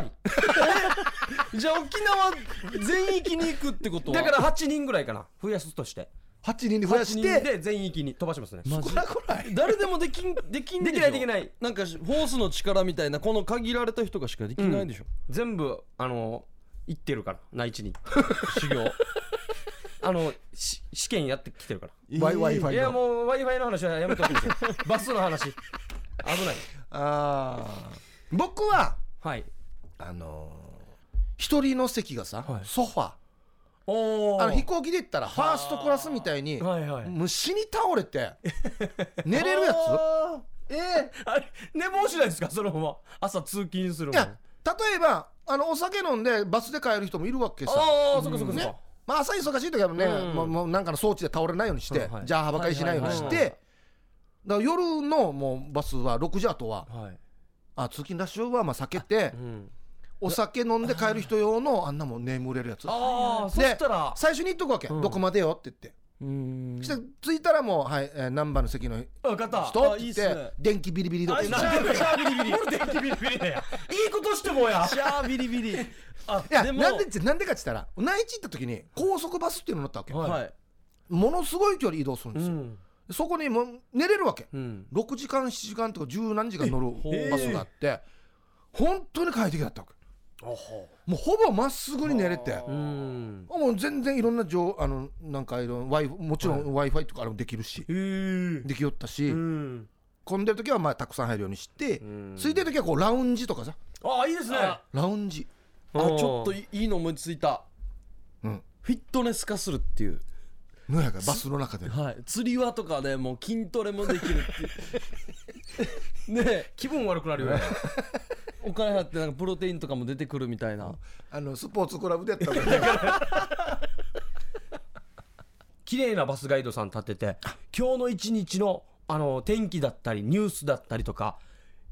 じゃあ沖縄全域に行くってことは
だから8人ぐらいかな増やすとして
八人に増
8
やし
人
て
で全域に飛ばしますね
マ
こ
ジ
らこら
誰でもできんできん
で
でしょ
きないできない
なんかフォースの力みたいなこの限られた人がしかできないでしょ、
全部あの行ってるから内地に
修行
あのし試験やってきてるか
w i f
ら
i
いやもう w i f i の話はやめてほしいんですよ バスの話危ない
あー僕は
はい
あのー一人の席がさ、
はい
ソファ
おお
あの飛行機で言ったらファーストクラスみたいに
はいはい
虫に倒れ て寝れるやつええ
あれ寝坊しないですかそのまま朝通勤する
い
もん
や例えばあのお酒飲んでバスで帰る人もいるわけさ
ああそっかそっかそっか、
ねまあ、朝忙しい時はね、
うん
もうもうなんかの装置で倒れないようにして、
はいはい
じゃあはばかりしないようにして、
はいはいはい
だから夜のもうバスは6時後は
はい、
あ通勤ラッシュはまあ避けて
うん、
お酒飲んで帰る人用のあんなもん眠れるやつ
ああそ
で
したら
最初に言っとくわけ、
うん
どこまでよって言って、
うん
そして着いたらもう「はい、えー、何番の席の人」
分かった
って
いい
言っ
ってすね
電気ビリビリとか
い
い
やシャービシャービリビリ。俺電気ビリビリだよ。いいことして もや。
じゃあビリビリあ
や
でも
なんでってなんでかって言ったら内地行った時に高速バスっていうの乗ったわけ、
はい
はい
ものすごい距離移動するんですよ、
ん。
そこにもう寝れるわけ、
うん。
6時間7時間とか十何時間乗
え
るバスがあって本当に快適だったわけもうほぼまっすぐに寝れて
あ
うん。
もう全然いろんな情あのなんかいろん Wi- もちろん w i f i とかあれもできるし
へえ。
できよったし
うん。
混んでる時はまあたくさん入るようにして
ん
ついてる時はこうラウンジとかさ
ああいいですね。
あ
ラウンジ
あちょっといいの思いついた
うん
フィットネス化するっていう、
のやがバスの中で
はい、釣り輪とかでもう筋トレもできるっていうねえ
気分悪くなるよね。
お金払ってなんかプロテインとかも出てくるみたいな
あのスポーツクラブでやったわけ
綺麗なバスガイドさん立てて、今日の一日のあの天気だったりニュースだったりとか、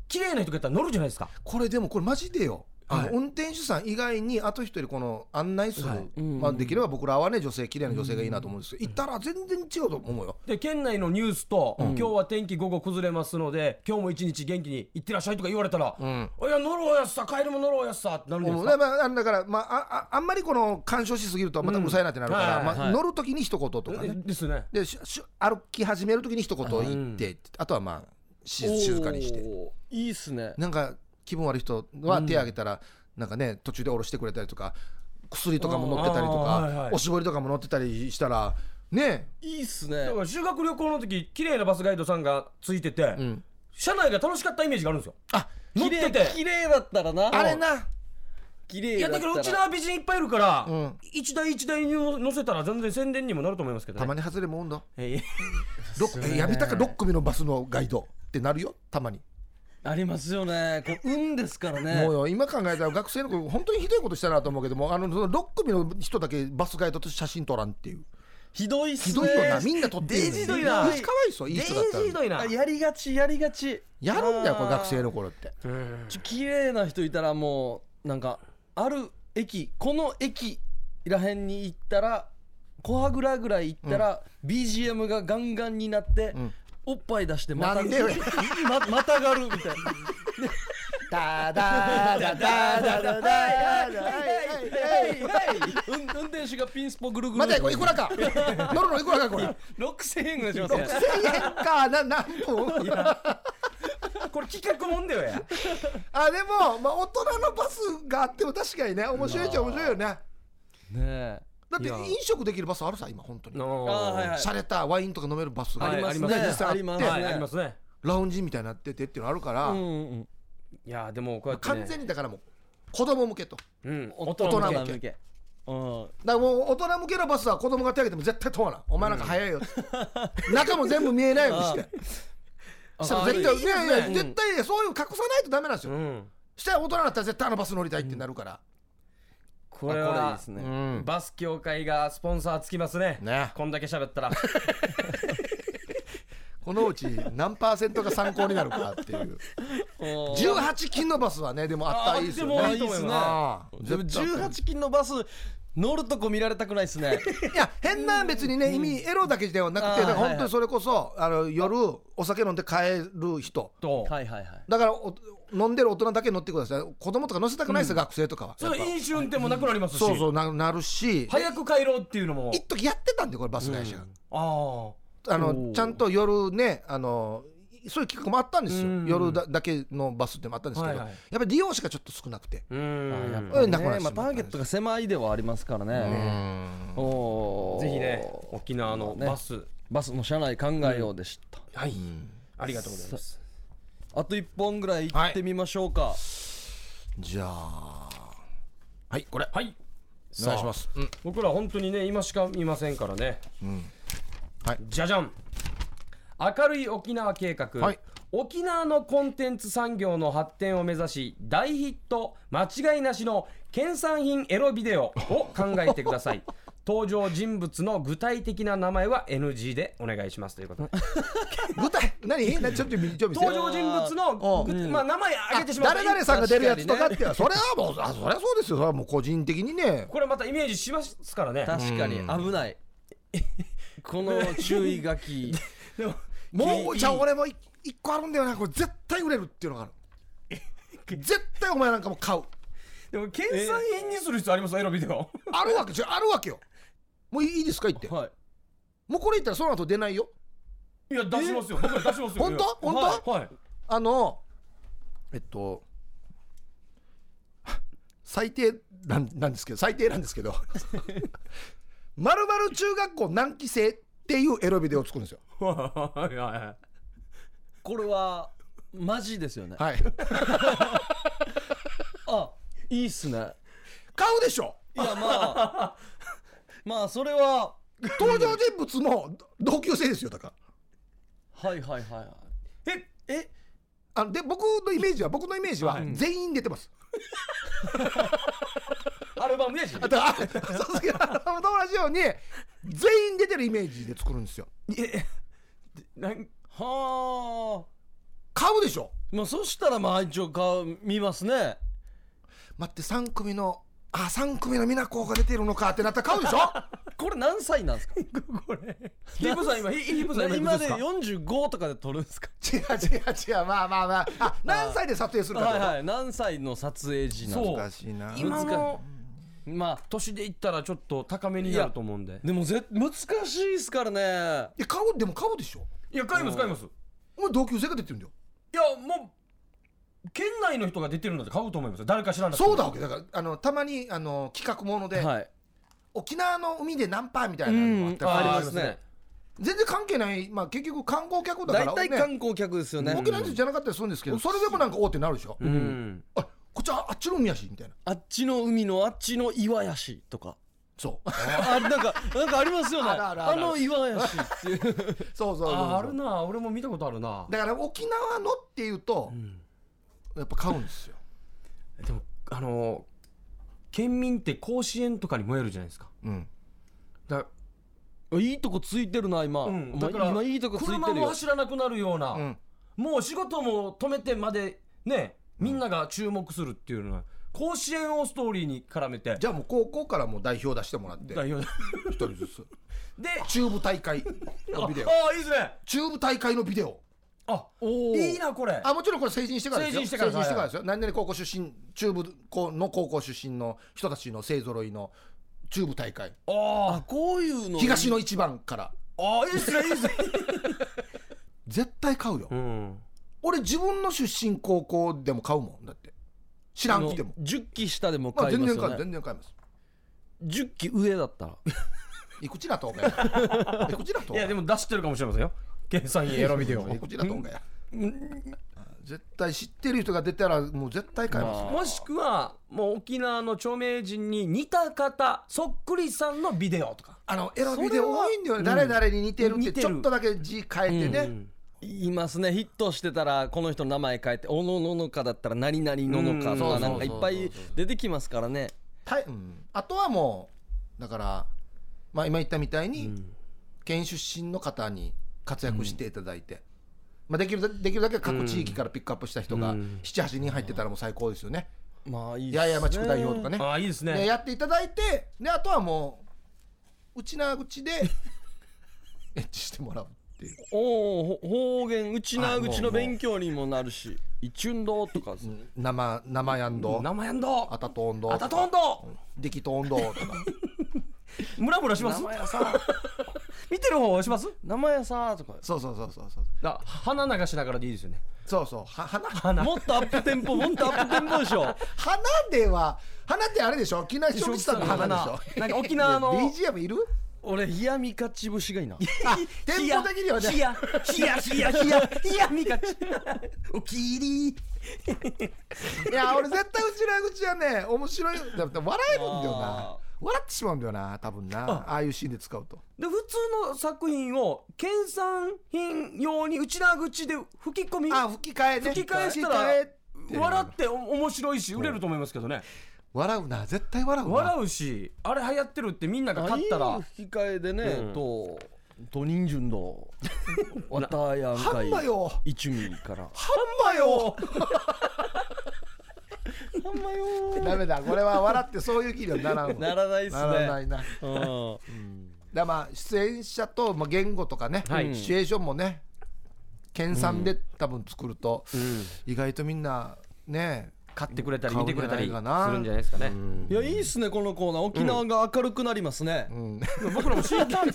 綺麗な人がいたら乗るじゃないですか。
これでもこれマジでよあ
は
の
い
運転手さん以外にあと一人この案内する
はい
まあできれば僕らはね女性綺麗な女性がいいなと思うんですけど行ったら全然違うと思うよ
で県内のニュースと、今日は天気午後崩れますので、今日も一日元気に行ってらっしゃいとか言われたら、
う
い
ん
や乗ろうやっさ帰りも乗ろうやっさってなるんじゃない
うん
で
だからま
す
ああのだから、まあ、あああんまりこの干渉しすぎるとまたうるさいなってなるから、
うん
ま
はい
あ
はい
乗る時に一言とか
か。
ね
ですね。
でしし歩き始める時に一言言って、あとはまあし静かにして
おーいいっすね
なんか気分悪い人は手挙げたら、なんかね途中で下ろしてくれたりとか薬とかも乗ってたりとか、
あーはいはい
おしぼりとかも乗ってたりしたらね
いいっすね
だから修学旅行の時綺麗なバスガイドさんがついてて、
ん
車内が楽しかったイメージがあるんですよ
あ
乗っ
綺
て
麗
て
綺麗だったらな
あれな
綺麗
いや
だ
だ
っ
け
た
どう
ら
ちな美人いっぱいいるから、
うん
一台一台に乗せたら全然宣伝にもなると思いますけど、ね、
たまに外れもんだ
えい
ろくえやめたか6組のバスのガイドってなるよたまに、
ありますよねこれ運ですからね
もうよ今考えたら学生の子本当にひどいことしたなと思うけどもあのその6組の人だけバスガイドとして写真撮らんっていう
ひどいっすね
ひどいよなみんな撮ってるのに
デイジーどいな
デイジーかわいそういい
デイ
人だったら
ジーどいな
あやりがちやりがち
やるんだよこれ学生
の
の頃って
綺麗な人いたらもうなんかある駅この駅らへんに行ったら小はぐらぐらい行ったら、BGM がガンガンになって、
ん
おっぱい出してまた
なんでよ
ままたがるみたいな
ダダダダダダダ
運運転手がピンスポぐるぐる
待てこれいくらか乗るのいくらかこれ
6000円ぐらいし ますね
1000円かな何分
これ企画もんだよや
あでもまあ大人のバスがあっても確かにね面白いっちゃ面白いよね
ね
だって
いや
飲食できるバスあるさ今本当に
あーはいはい
洒落たワインとか飲めるバスが
あ
は
り
い
ま
あ
す
り
ね
ますね
実際あ
あ
って
りますね、
はい、ありますね。
ラウンジみたいになっててっていうのあるから、
うんうんうん
いやーでもこうやって、ね、
完全にだからもう子供向けとだか
うん
大
人向け
向けうん
らもう大人向けのバスは子供が手挙げても絶対通らんお前なんか早いよって、 中も全部見えないように してそしたら絶対
あいいですね
いやいや
うん
絶対そういう隠さないとダメなんですよ、
うん
したら大人だったら絶対あのバス乗りたいってなるから、
これ
あこれいい
は
ですね
うん
バス協会がスポンサーつきますね。
ね
こんだけ喋ったら
このうち何パーセントが参考になるかっていう
うん
18金のバスはねでもあったらいいですよね
あ
あ
い
い
い
いで
と思い
すね
ま
ですも18金のバス乗るとこ見られたくないですね
いや変な別にね意味エロだけではなくて
あー
だから
はいは
本
い
当にそれこそあの夜お酒飲んで帰る人
と、
はいはいはい
だからお飲んでる大人だけ乗ってください子供とか乗せたくないですよ、学生とかは
その
やっぱ
飲酒運転もなくなりますし、
そうそうななるし
早く帰ろうっていうのも、
一時やってたんでこれバス会社が、
あ
あ
お
の
ー
ちゃんと夜ねあのいそういう企画もあったんですよ、
うん
夜だだけのバスってもあったんですけど、
はいはい
やっぱり利用者がちょっと少なくて、
あ、うん
あやっ
ぱ
ぱりね
なくなってし
ま
まっ
あ、
た
ターゲットが狭いではありますから
う
ね、
ん
おー
ぜひね沖縄のバス、
バスの車内考えようでした、
はいありがとうございます。
あと1本ぐらい行ってみましょうか、
じゃあはいこれ
はい。
お願いします、うん
僕ら本当にね今しか見ませんからね、
はい
じゃじゃん明るい沖縄計画、
はい
沖縄のコンテンツ産業の発展を目指し大ヒット間違いなしの県産品エロビデオを考えてくだ さい登場人物の具体的な名前は NG でお願いしますということで
具体何何ちょっと見ちょっと見せ
登場人物のぐ、まあ、名前挙げてしまう
誰々さんが出るやつとかっ
確
て、それはもうあそりゃそうですよそれはもう個人的に ね
これまたイメージしますからね
確かに危ないこの注意書き
でも
もうじゃあ俺もい一個あるんだよなこれ絶対売れるっていうの がある絶対お前なんかもう買う
でも県産品にする必要ありますエロビデオ
あるわけじゃあるわけよもういいいいですか言って
はい
もうこれ言ったらその後出ないよ
いや出しますよ。僕ら出しますよ。
本当
いや
本当
はい。
あのえっと最低なんなんですけど最低なんですけ ど「まるまる中学校何期生」っていうエロビデオを作るんですよ
はい。はいはい。
これはマジですよね
はい
あいいっすね
買うでしょ
いやまあまあそれは
登場人物も同級生ですよだから
はいはいはいはい
ええ
あので僕のイメージは僕のイメージは
うん
全員出てます、
アルバムやし。
あとあそうそうあの同じように全員出てるイメージで作るんですよ
えなん
は
買うでしょ
あまあそしたらまあ一応顔見ますね
待って3組のあ三3組の美奈子が出てるのかってなったら買うでしょ
これ何歳なんです か
これ。ヒープさん今ヒヒープさん今
今
いくつで
です
か。
45とかで撮るん ですか
違う違う違うまあまあまああ何歳で撮影するかって
はい
こと
はい何歳の撮影時なんで
そう
難しいな
今
難
の
すまあ
年で言ったらちょっと高めになると思うんで。
でもぜ難しいですからね
え買うでも買うでしょ
いや買います買います。い
お前同級生が出てるんだよ
やもう県内の人が出てるので買うと思いますよ。誰か知らなくても
そうだわけだからあのたまにあの企画もので、
はい
沖縄の海で何パーみたいなのがあったり
うん
あ
あり
りま
ますす
ね
ね。
全然関係ない、まあ、結局観光客だか
大
ら
体
ね
観光客ですよね
沖縄の人じゃなかったりするんですけど、それでもなんか大手になるでしょ、
うん。
あこっちはあっちの海やしみたいな
あっちの海のあっちの岩やしとか
そう
あなんかなんかありますよね
あるあるある
あの岩やしっていう
そうそうそうそう
ああるな。俺も見たことあるな。
だから沖縄のっていうと、やっぱ買うんですよ、
でもあの県民って甲子園とかに燃えるじゃないですか。
うん、
だから
いいとこついてるな今、
うん、
お前
だから
今いいとこついて
車
る
も
よ
走らなくなるような、
うん
もう仕事も止めてまでねみんなが注目するっていうのは甲子園をストーリーに絡めて
じゃあもう高校からもう代表出してもらって
代表
一人ずつ
で
中部大会 のビデオ
ああいいですね
中部大会のビデオ
あ
おー
いいなこれ
あもちろんこれ成人してからですよ
成人してから
成人してからですよ何々高校出身中部の高校出身の人たちの勢ぞろいの中部大会
あ
あこういうの
東の一番から
あいいですねいいですね
絶対買うよ、
うん
俺自分の出身高校でも買うもんだって知らんくても、
10期下でも
まあ、
買い
全
ます
然
よ
買う
ね
全然買います
10期上だったら
いくちらとおかやいくちらとおか
いや
や
でも出してるかもしれませんよ計算にエロビデオ
いくちらとおかや絶対知ってる人が出たらもう絶対買いますね
もしくはもう沖縄の著名人に似た方そっくりさんのビデオとか
あのエロビデオ多いんだよね誰々に似てるっ
似
て
てる
ちょっとだけ字変えてね
いますねヒットしてたらこの人の名前変えて「おのののか」だったら「何々ののか」と
う
か
ん
なんかいっぱい出てきますからね
たいうんあとはもうだから、まあ、今言ったみたいに、県出身の方に活躍していただいて、まあ、できるだできるだけ各地域からピックアップした人が78人入ってたらもう最高ですよね。
まあいいっすね
八重山地区代表とかね
ああいいです
ね
ね
やっていただいてであとはもううちなう ちでエッチしてもらうっていう。
おお方言うちなうちの勉強にもなるし「一運動」とか
生生やんど、
生やんど
あたと温度
あたとんど
できと温度とか
ムラムラします 見てる方はします
「名前さ」とか
そうそうそうそうそう
だ鼻流しながらでいいですよね
そうそうは花
もっとアップテンポもっとアップテンポでし ょ
花では花ってあれでしょ沖縄食事さんの花でしょ
なんか沖縄の
BGM いる
俺冷やみかち節がいいな
あ店舗的には
ヒ
ね
ヤヒヤヒヤヒヤヒヤミカチおきり
いや俺絶対うちら口はね面白いだって笑えるんだよ
あ
な笑ってしまうんだよな多分なああいうシーンで使うと
で普通の作品を県産品用にうちら口で吹き込み
あ吹き替えね
吹き替えしたら
吹き替え
笑ってお面白いし売れると思いますけどね
笑うな絶対笑うな
笑うしあれ流行ってるってみんなが買った
あい
ら
い吹き替えでね、
うん
とと人参のわたやん
ハ
かい
ンマよ
一ミリから
ハンマよ
ほんまよ
ダメだこれは笑ってそういう気にはならんわ
ならないっすね
ならないなだか
うん
らまあ出演者とまあ言語とかね
はい
シチュエーションもね研鑽で多分作ると意外とみんなね
買ってくれたり
買
見
うん
て
じゃ
くれた
ない
りする
か
ん
な
じゃないですかね
いやいいっすねこのコーナー沖縄が明るくなりますね、
うん
僕らも真剣に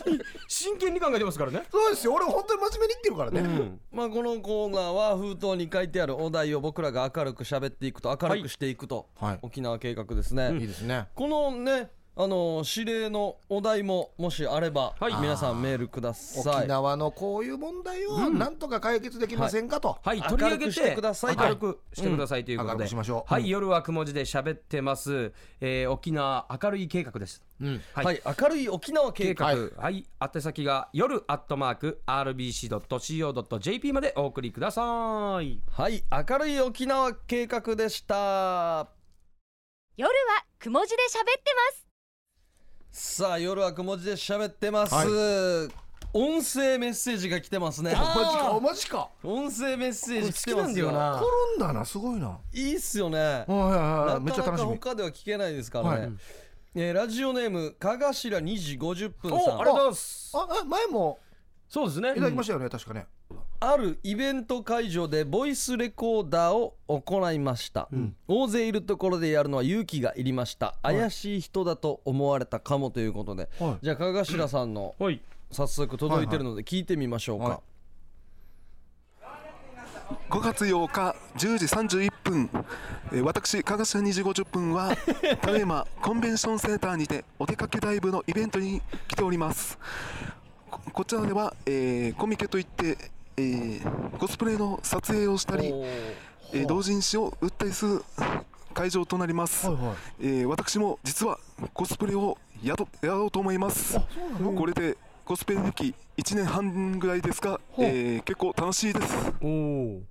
真剣に考えてますからね
そうですよ俺本当に真面目に言ってるからね、
まあこのコーナーは封筒に書いてあるお題を僕らが明るく喋っていくと明るくしていくと、
はい
沖縄計画ですね、
いいですね
このねあのー指令のお題ももしあれば、
はい
皆さんメールくださ
沖
い
縄のこういう問題をなんとか解決できませんかと、
はい
明る
取
く
り上げて
してくださいと
明るくしてくださいということで、
明るくしましょう
は
うん
い夜はくも字で喋ってます、えー、沖縄明るい計画です
うん
はい、明るい沖縄計
計
画
画はい、宛先が夜アットマーク RBC.CO.JP までお送りください
はい明るい沖縄計画でした
夜はくも字で喋ってます
さあ夜はくも字で喋ってます、
はい
音声メッセージが来てますね
マジかマジか
音声メッセージ来て
好き
ま
なん
す
だよ
よ
な
来るんだなすごいな、
いいっすよね
はいはいは
ない
めっち
かな
ゃ楽し
か
み
他では聞けないですからね、
はい
えーラジオネームかがしら2時50分さん
おありがとうございます
ああ前も
そうですね
いただきましたよね、確かね
あるイベント会場でボイスレコーダーを行いました、大勢いるところでやるのは勇気がいりました怪しい人だと思われたかもということで、
はい
じゃあかがしらさんの
うんはい
早速届いてるので聞いてみましょうか、
はい
5月8日10時31分えー私加賀市2時50分 はただいまコンベンションセンターにてお出かけライブのイベントに来ておりますここちらでは、えーコミケといって、えーコスプレの撮影をしたり、
おー
えー同人誌を売ったりする会場となります、
はいはい
えー私も実はコスプレをやろやろうと思いますこれでコスプレ歴1年半ぐらいですが、えー結構楽しいです
おお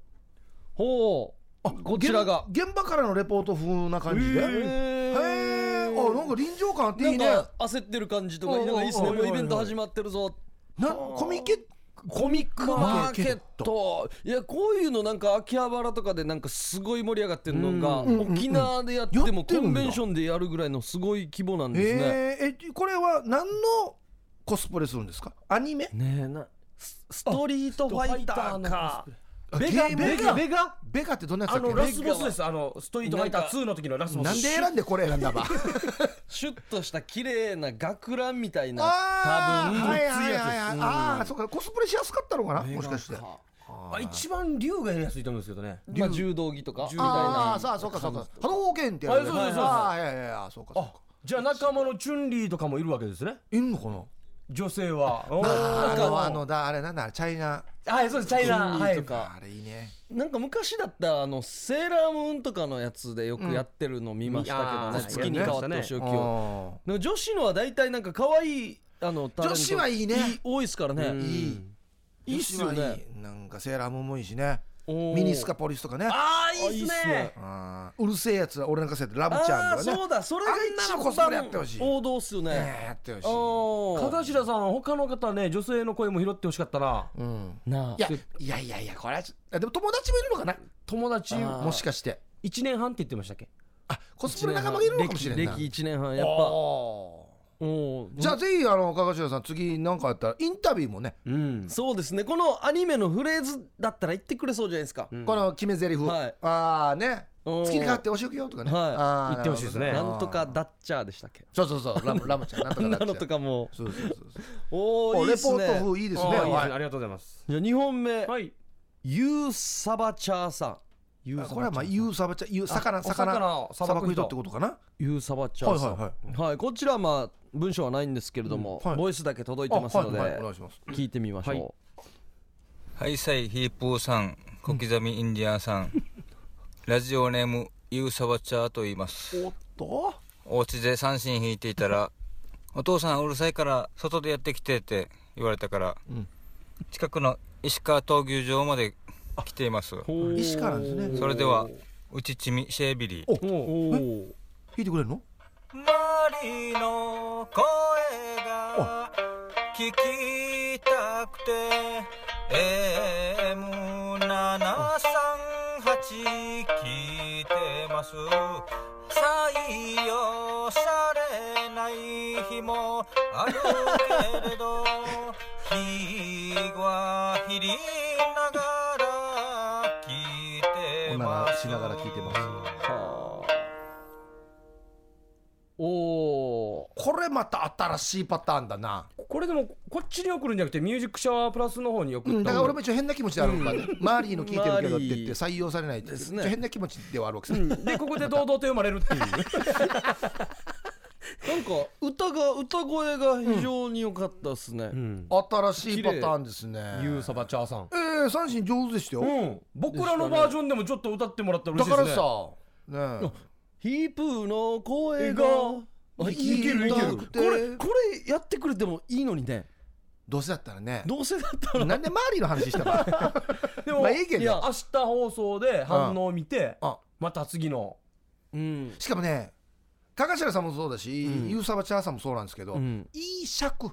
ほうこちらが
現現場からのレポート風な感じでへえ
へ
あなんか臨場感あっていいね
なんか焦ってる感じとかなんかいいっすね
おー
もうイベント始まってるぞ
なコミケ
コミックマーケットいやこういうのなんか秋葉原とかでなんかすごい盛り上がってるのが沖縄でやって
や
も
って
コ
るんだ
ンベンションでやるぐらいのすごい規模なん
へ
ですね。
ええこれは何のコスプレするんですかアニメ
ねえなスストリートファイターか
あ
ベガ
ゲーム
ベガベガ
ベガってどんなやつ
あ
だっけ
のラスボスですあのストリートファイター2の時のラスボス
なんで選んでこれ選ん だば
シュッとした綺麗な学ランみたいな
あ
多
ー
分
はいはい
つ
はい
やつ
はい
うん
ああそうかコスプレしやすかったのかなもしかして
ベガか
あ一番竜がやりやすいと思うんですけどね
まあ柔道着とかみたい
ああー
な
そうかそうかそうか波動拳ってやつね
はいそうそうそう
あーいやいやいやそうかそうか
じゃあ仲間のチュンリーとかもいるわけですね
いんのかな
女性は
あ
なん
の
か
あのだあれなんだチャイナ
はいそうですチャイナは
はい、と
い
か
あれいいね
なんか昔だったらあのセーラームーンとかのやつでよくやってるの見ましたけどね、
うん
月に変わってお仕置きを、
あ
でも女子のは大体なんか可愛いあのタレント
女子はいいね
多いですから
ー
ね
いい
いいっすよ
女子はい
ね
いなんかセーラームーンもいいしね
おー
ミニスカポリスとかね
ああいいっす
あいいっす
ね
ね
あーうるせえやつは俺なんかせってラブちゃ
あ
ん
あ
とかね
そうだそれが
あんなのコス
一
プレや
番
ってほしい
王道っすよね
ねえやってほしい
お
片白さん他の方ね女性の声も拾ってほしかったな
うん
ない
やいやいやいやこれはちょあでも友達もいるのかな
友達
あー
もしかして
1年半って言ってましたっけ
あコスプレ仲間がいるのかもしれんない
歴1年半やっぱおー
じゃあぜひあの加賀代さん次なんかあったらインタビューもね、
うん
そうですねこのアニメのフレーズだったら言ってくれそうじゃないですか、
ん
この決め台詞、
はい
ああね
うん
月に変わってお仕置きよとかね、
はい
あー
言ってほしいですね
な
な
るほど
んとかダッチャーでしたっけ
そうそうそうラムラムちゃんなんとか
な
だ
の
っちゃ
とかも
そうそうそうそう
おおいいっ
レ
す
ポ
ね
ート風いいですね
あーいいです
はい
ねありがとうございます
じゃあ2本目、
はい
ユーサバチャーさんユ
これはまあユーサバちゃんユー魚魚
お魚
砂漠人ってことかな
ユーサバチャーさん
はいは
はい、こちらはまあ文章はないんですけれども、
うんはい
ボイスだけ届いてますので、
あはいはいお願いします
聞いてみましょう、
はい
ハイサイヒープーさん、小刻みインディアンさん、ラジオネーム、ユーサバチャーと言います。
おっと
お家で三振引いていたら、お父さんうるさいから外でやってきてって言われたから、近くの石川闘牛場まで来ています。
石川なんですね
それでは、うちちみシェービリー。
おおー
弾いてくれるの
マリの声が聞きたくて AM738 聞いてます採用されない日もあるけれど日はひりながら聞いて
おな
ま
ら
す
しながら聞いてます
おお
これまた新しいパターンだな
これでもこっちに送るんじゃなくてミュージックシャワープラスの方に送
う
っ
んだ
た
から俺
方が
も一応変な気持ちであるのかねマーリーの聞いてるけどって言って
マ
採用されないって
ですね
一応変な気持ちではあるわけ
う
さ
んでここで堂々と読まれる っていう
なんか歌が歌声が非常に良かったですね、
うん
新しいパターンですね
ユーサバチャーさん
ええ三振上手でしたよ
うん僕らのバージョンでもちょっと歌ってもらったら
だ
嬉しい
か
です
ら
ね
さね
ヒープーの声が
あ
い
いけるいける
これこれやってくれてもいいのにね
どうせだったらね
どうせだったら
なんでマーリーの話した か
でも
まあいいけど
いや明日放送で反応を見て
あ
また次の
うん
しかもね高頭さんもそうだし、ユーサバチャーさんもそうなんですけど、
うん
いい尺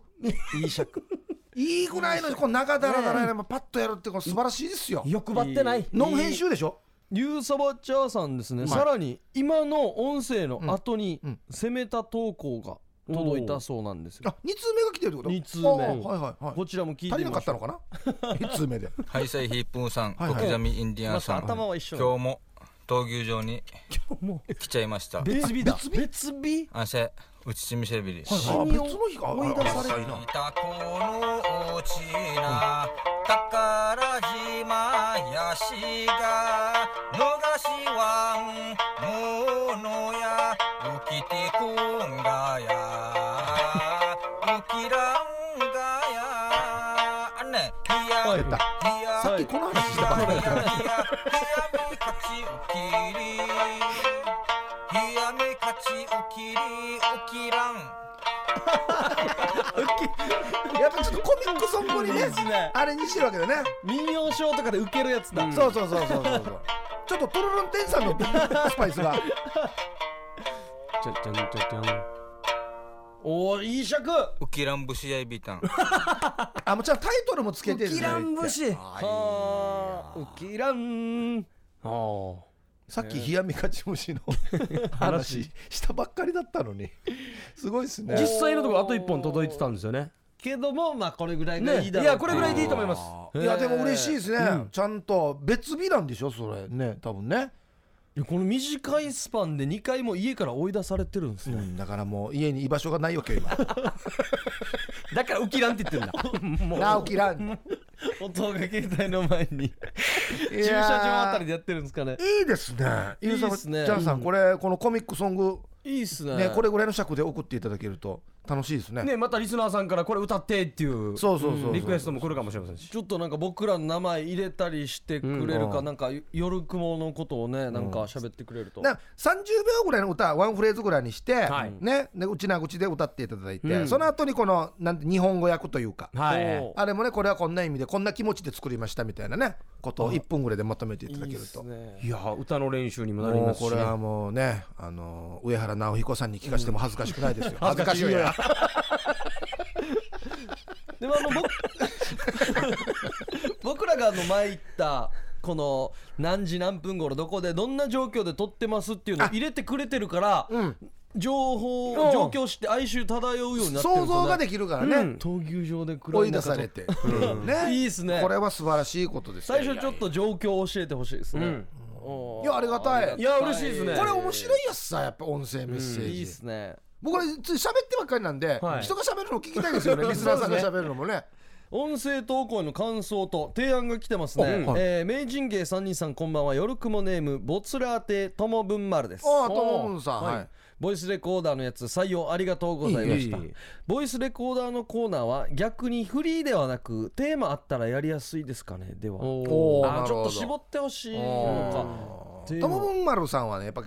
いい尺 いいぐらいのこう長だらだらやっぱパッとやるってこう素晴らしいですよ
欲張ってない
ノン編集でしょ
ユーサバチャーさんですね、さらに今の音声の後に
うんうん
攻めた投稿が届いたそうなんですよ、
あ二通目が来てるってこと
二通目
あーはいはいはい
こちらも聞い
足
て
り
み
な
ましょ
かった
う
のかな一通目 で
ハイサイヒープーさん、
はいはい
小刻みインディアンさん、
また頭は一緒
今日も闘牛場に来ちゃいました。
別日だ
別日
あせ、うちちみしゃべり。
あ別の日か
追い出され
あ
い
いいな
たこのうちな宝島やしが逃しわんものや浮きてこんが や浮きらんがやあねひや
出た
ひや
さっき この話したばっかりだから
冷やかちおきり冷やめかちおきりおきらん
やっぱちょっとコミックソングにね
ですね
あれにしてるわけだね、
民謡ショーとかでウケるやつだ、
そうそうそうそうそうそうちょっとトロロンテンさんの スパイスが
じゃじゃんじゃじゃん
おおいい尺
ウキランブシヤイビタン
あもうちゃんタイトルもつけてる
キラン節あ
はーウキラン
あ
さっき冷やみかち虫の話したばっかりだったのにすごいですね
実際のところあと1本届いてたんですよね
けどもまあこれぐらいがい
ね
い
い
だろう
やこれぐらいでいいと思います
いやでも嬉しいですね、ちゃんと別日なんでしょそれね多分ね、
いやこの短いスパンで2回も家から追い出されてるんです
う
ね、
ん、だからもう家に居場所がないわけよ 今
だからウキランって言ってんだもう
なおきらん
音が携帯の前に
駐
駐車場あたりでやってるんですかね
いいですね。
いいですね
ゆうさんジャンさん、これ、このコミックソング、
いいっすね
ね、これぐらいの尺で送っていただけると楽しいですね。
ねまたリスナーさんからこれ歌ってっていう
そうそうそうそう
リクエストも来るかもしれませんし
ちょっとなんか僕らの名前入れたりしてくれるか、なんか夜雲のことをねなんか喋ってくれると、
な30秒ぐらいの歌ワンフレーズぐらいにして、
はい
ねでうちなうちで歌っていただいて、
うん
その後にこのなんて日本語訳というか、
はい
お
あれもねこれはこんな意味でこんな気持ちで作りましたみたいなねことを1分ぐらいでまとめていただ
い
け
いっ
る
す
と。
ね
いやー歌の練習にもなり
も
ま
う
すし
これはもうね、あの上原直彦さんに聞かせても恥ずかしくないですよ。恥ずかしいよや。
でもあの僕 僕らがあの前言ったこの何時何分頃どこでどんな状況で撮ってますっていうのを入れてくれてるから、情報
うん
状況して哀愁漂うようになってるん
想像がで
き
きるからね、
うん
闘牛場で暗
追
い
い出
中
されて、ね
いいっすね
これは素晴らしいことですよ
最初ちょっと状況を教えてほしいですね、
うん
おー
いやありがたい
あり
いや嬉しいですね
これ面白いやつさやっぱ音声メッセージ、
いいっすね
僕らつい喋ってばっかりなんで、
はい
人が喋るの聞きたいですよねリスナーさんが喋るのもね
音声投稿への感想と提案が来てますね、
おはい
えー名人芸3人さんこんばんは夜雲ネームボツラーテともぶんまるです
ああともぶんさんはい、
ボイスレコーダーのやつ採用ありがとうございました
いえいえいえ
ボイスレコーダーのコーナーは逆にフリーではなくテーマあったらやりやすいですかねでは
おーなる
あー
ほど
ちょっと絞ってほしいのかテー
と
マ
もぶんまるさんはねやっぱ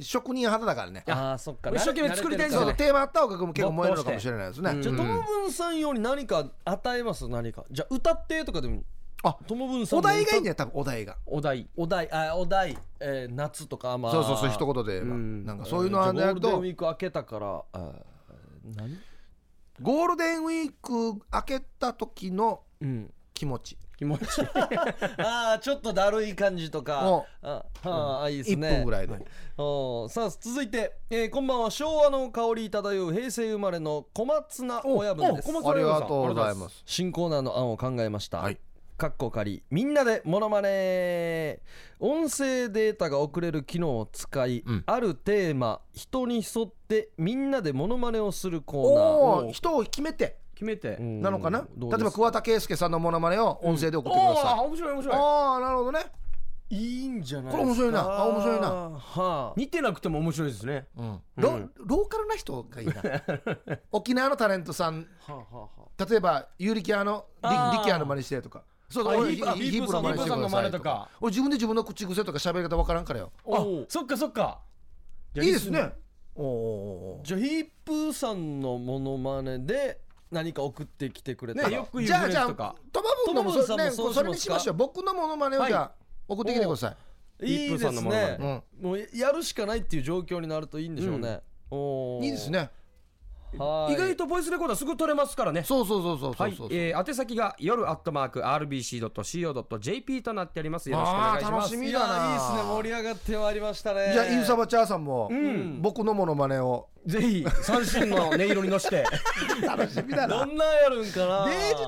職人派だからね
あーそっか
一生懸命作りたいんです
そ
よ
う
ね
テーマあった方が結構燃えるのかもしれないですね、
じゃあ
うん
ともぶんさんより何か与えます何かじゃあ歌ってとかでも
あ
ともぶんさん
お
の歌
題がいいんじゃない多分お題が
お題
お題あお題、えー夏とかまあ
そうそうそう一言で言えば、
うん
なんかそういうのは
じゃあ
や
ゴール
る
デンウ
と
ィーク明けたからあー何
ゴールデンウィーク明けた時の
うん
気持ち
気持ちいい
ああちょっとだるい感じとか
お
あはあいいです
1
ね
分ぐらいで、
おーさあ続いて、えーこんばんは昭和の香り漂う平成生まれの小松菜親分です
おお小松菜
ありがとうございます
新コーナーの案を考えました、
はい
かっこ仮みんなでモノマネ音声データが送れる機能を使い、
うん
あるテーマ人に沿ってみんなでモノマネをするコーナー
おお
を
人を決めて
決めて
うん
なのかな
どう
例え
です
ば桑田佳祐さんのモノマネを音声で送ってくだ
お
さ
あ
い、
面白い面白い
ああなるほどね、
いいんじゃない
これ面白いなあ面白いな
はあ
似てなくても面白いですね
ロローカルな人がいいな 沖縄のタレントさん
はあはあはあ
例えばユーリキアのリ
あー
リキアの真似してとかそう
あ
俺
ヒープあ
ヒヒープの
ヒープ
真似してくだ
さんヒープさんの
さ
真似
い
と
と
か
か俺自分で自分の口癖とか喋り方わからんからよ
あ
おう
そっかそっか
い
じゃあ
いです
リ
ね
ス
おーおーおー
じゃあヒープーさんのモノマネで何か送ってきてくれたら、
ねよく言う
じゃあ
フレ
じ
ー
ゃ
ズ
あ
とか
トマブンのも
トマブンさ
そ,、
んも
ね、
そうしますか
それにしましょう僕のモノマネをじゃあ、送ってきてください
いいです
ヒープーさんのモノマ
ね
ネ、
もうやるしかないっていう状況になるといいんでしょうね、おー
いいですね
はい
意外とボイスレコーダーすぐ取れますからね
そうそうそうそうそ
は
う
い
そう、、
えー、宛先が夜アットマーク RBC.CO.JP となっております。よろしくお願いし
あー
ま
楽
す
し。み
い
だ
や
ない
いですね盛り上がってまいりましたね
じゃあインサバチャーさんも、
ん
僕のモノマネを
ぜひ、三振の音色に乗して。
楽しみだ
ど
な。
んなんやるんかな
デージ楽し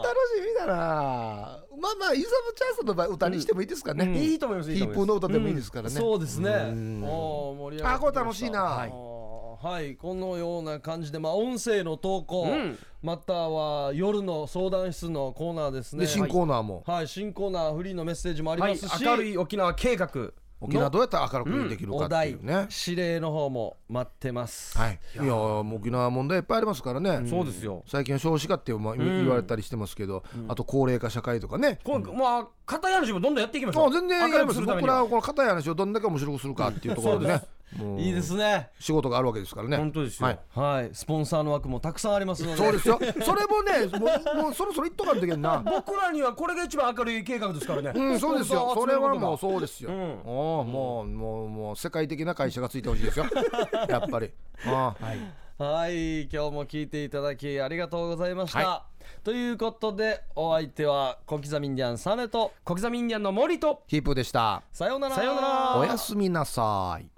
みだな。まあまあ、イザムチャンスの場合、歌にしてもいいですからね。
いいと思います。い
ヒ
いと思
ー
い
プー
ます。
の歌でもいいですからね。
そうですね
ん
おー盛り上がってきま
あこれ楽しいな
はいおーはいこのような感じでまあ音声の投稿、
ん
または夜の相談室のコーナーですね
で、新コーナーも。
はい、新コーナーフリーのメッセージもあり
は
ま
い
すし、、
明るい沖縄計画。
沖縄どうやったら明るくできる
お
かってい
題、
うね。
指令の方も待ってます。
はい。いやー、もう沖縄問題いっぱいありますからね。
そうですよ。
最近は少子化ってもう言われたりしてますけど、あと高齢化社会とかね。
今回、まあ、片やるしもどんどんやっていきましょ
も
う。
う全然やります
明るくるため
僕
に
ら
は
はこの硬い話をどんだけ面白くするかっていうところでね。もう
いいですね。
仕事があるわけですからね。
本当ですよ
はい
はい、スポンサーの枠もたくさんありますので、
そうですよ。それもね、もうもうそろそろ言っとかんといけんな。
僕らにはこれが一番明るい計画ですからね。
うん、そうですよ。それはもうそうですよ。
うん
おーもう、もう、もう世界的な会社がついてほしいですよ。やっぱり。あー
はい、今日も聞いていただきありがとうございました。ということで、お相手は小刻みインディアンサネと、
小刻みインディアンの森と。
ヒープーでした。
さようなら。
さようなら
おやすみなさい。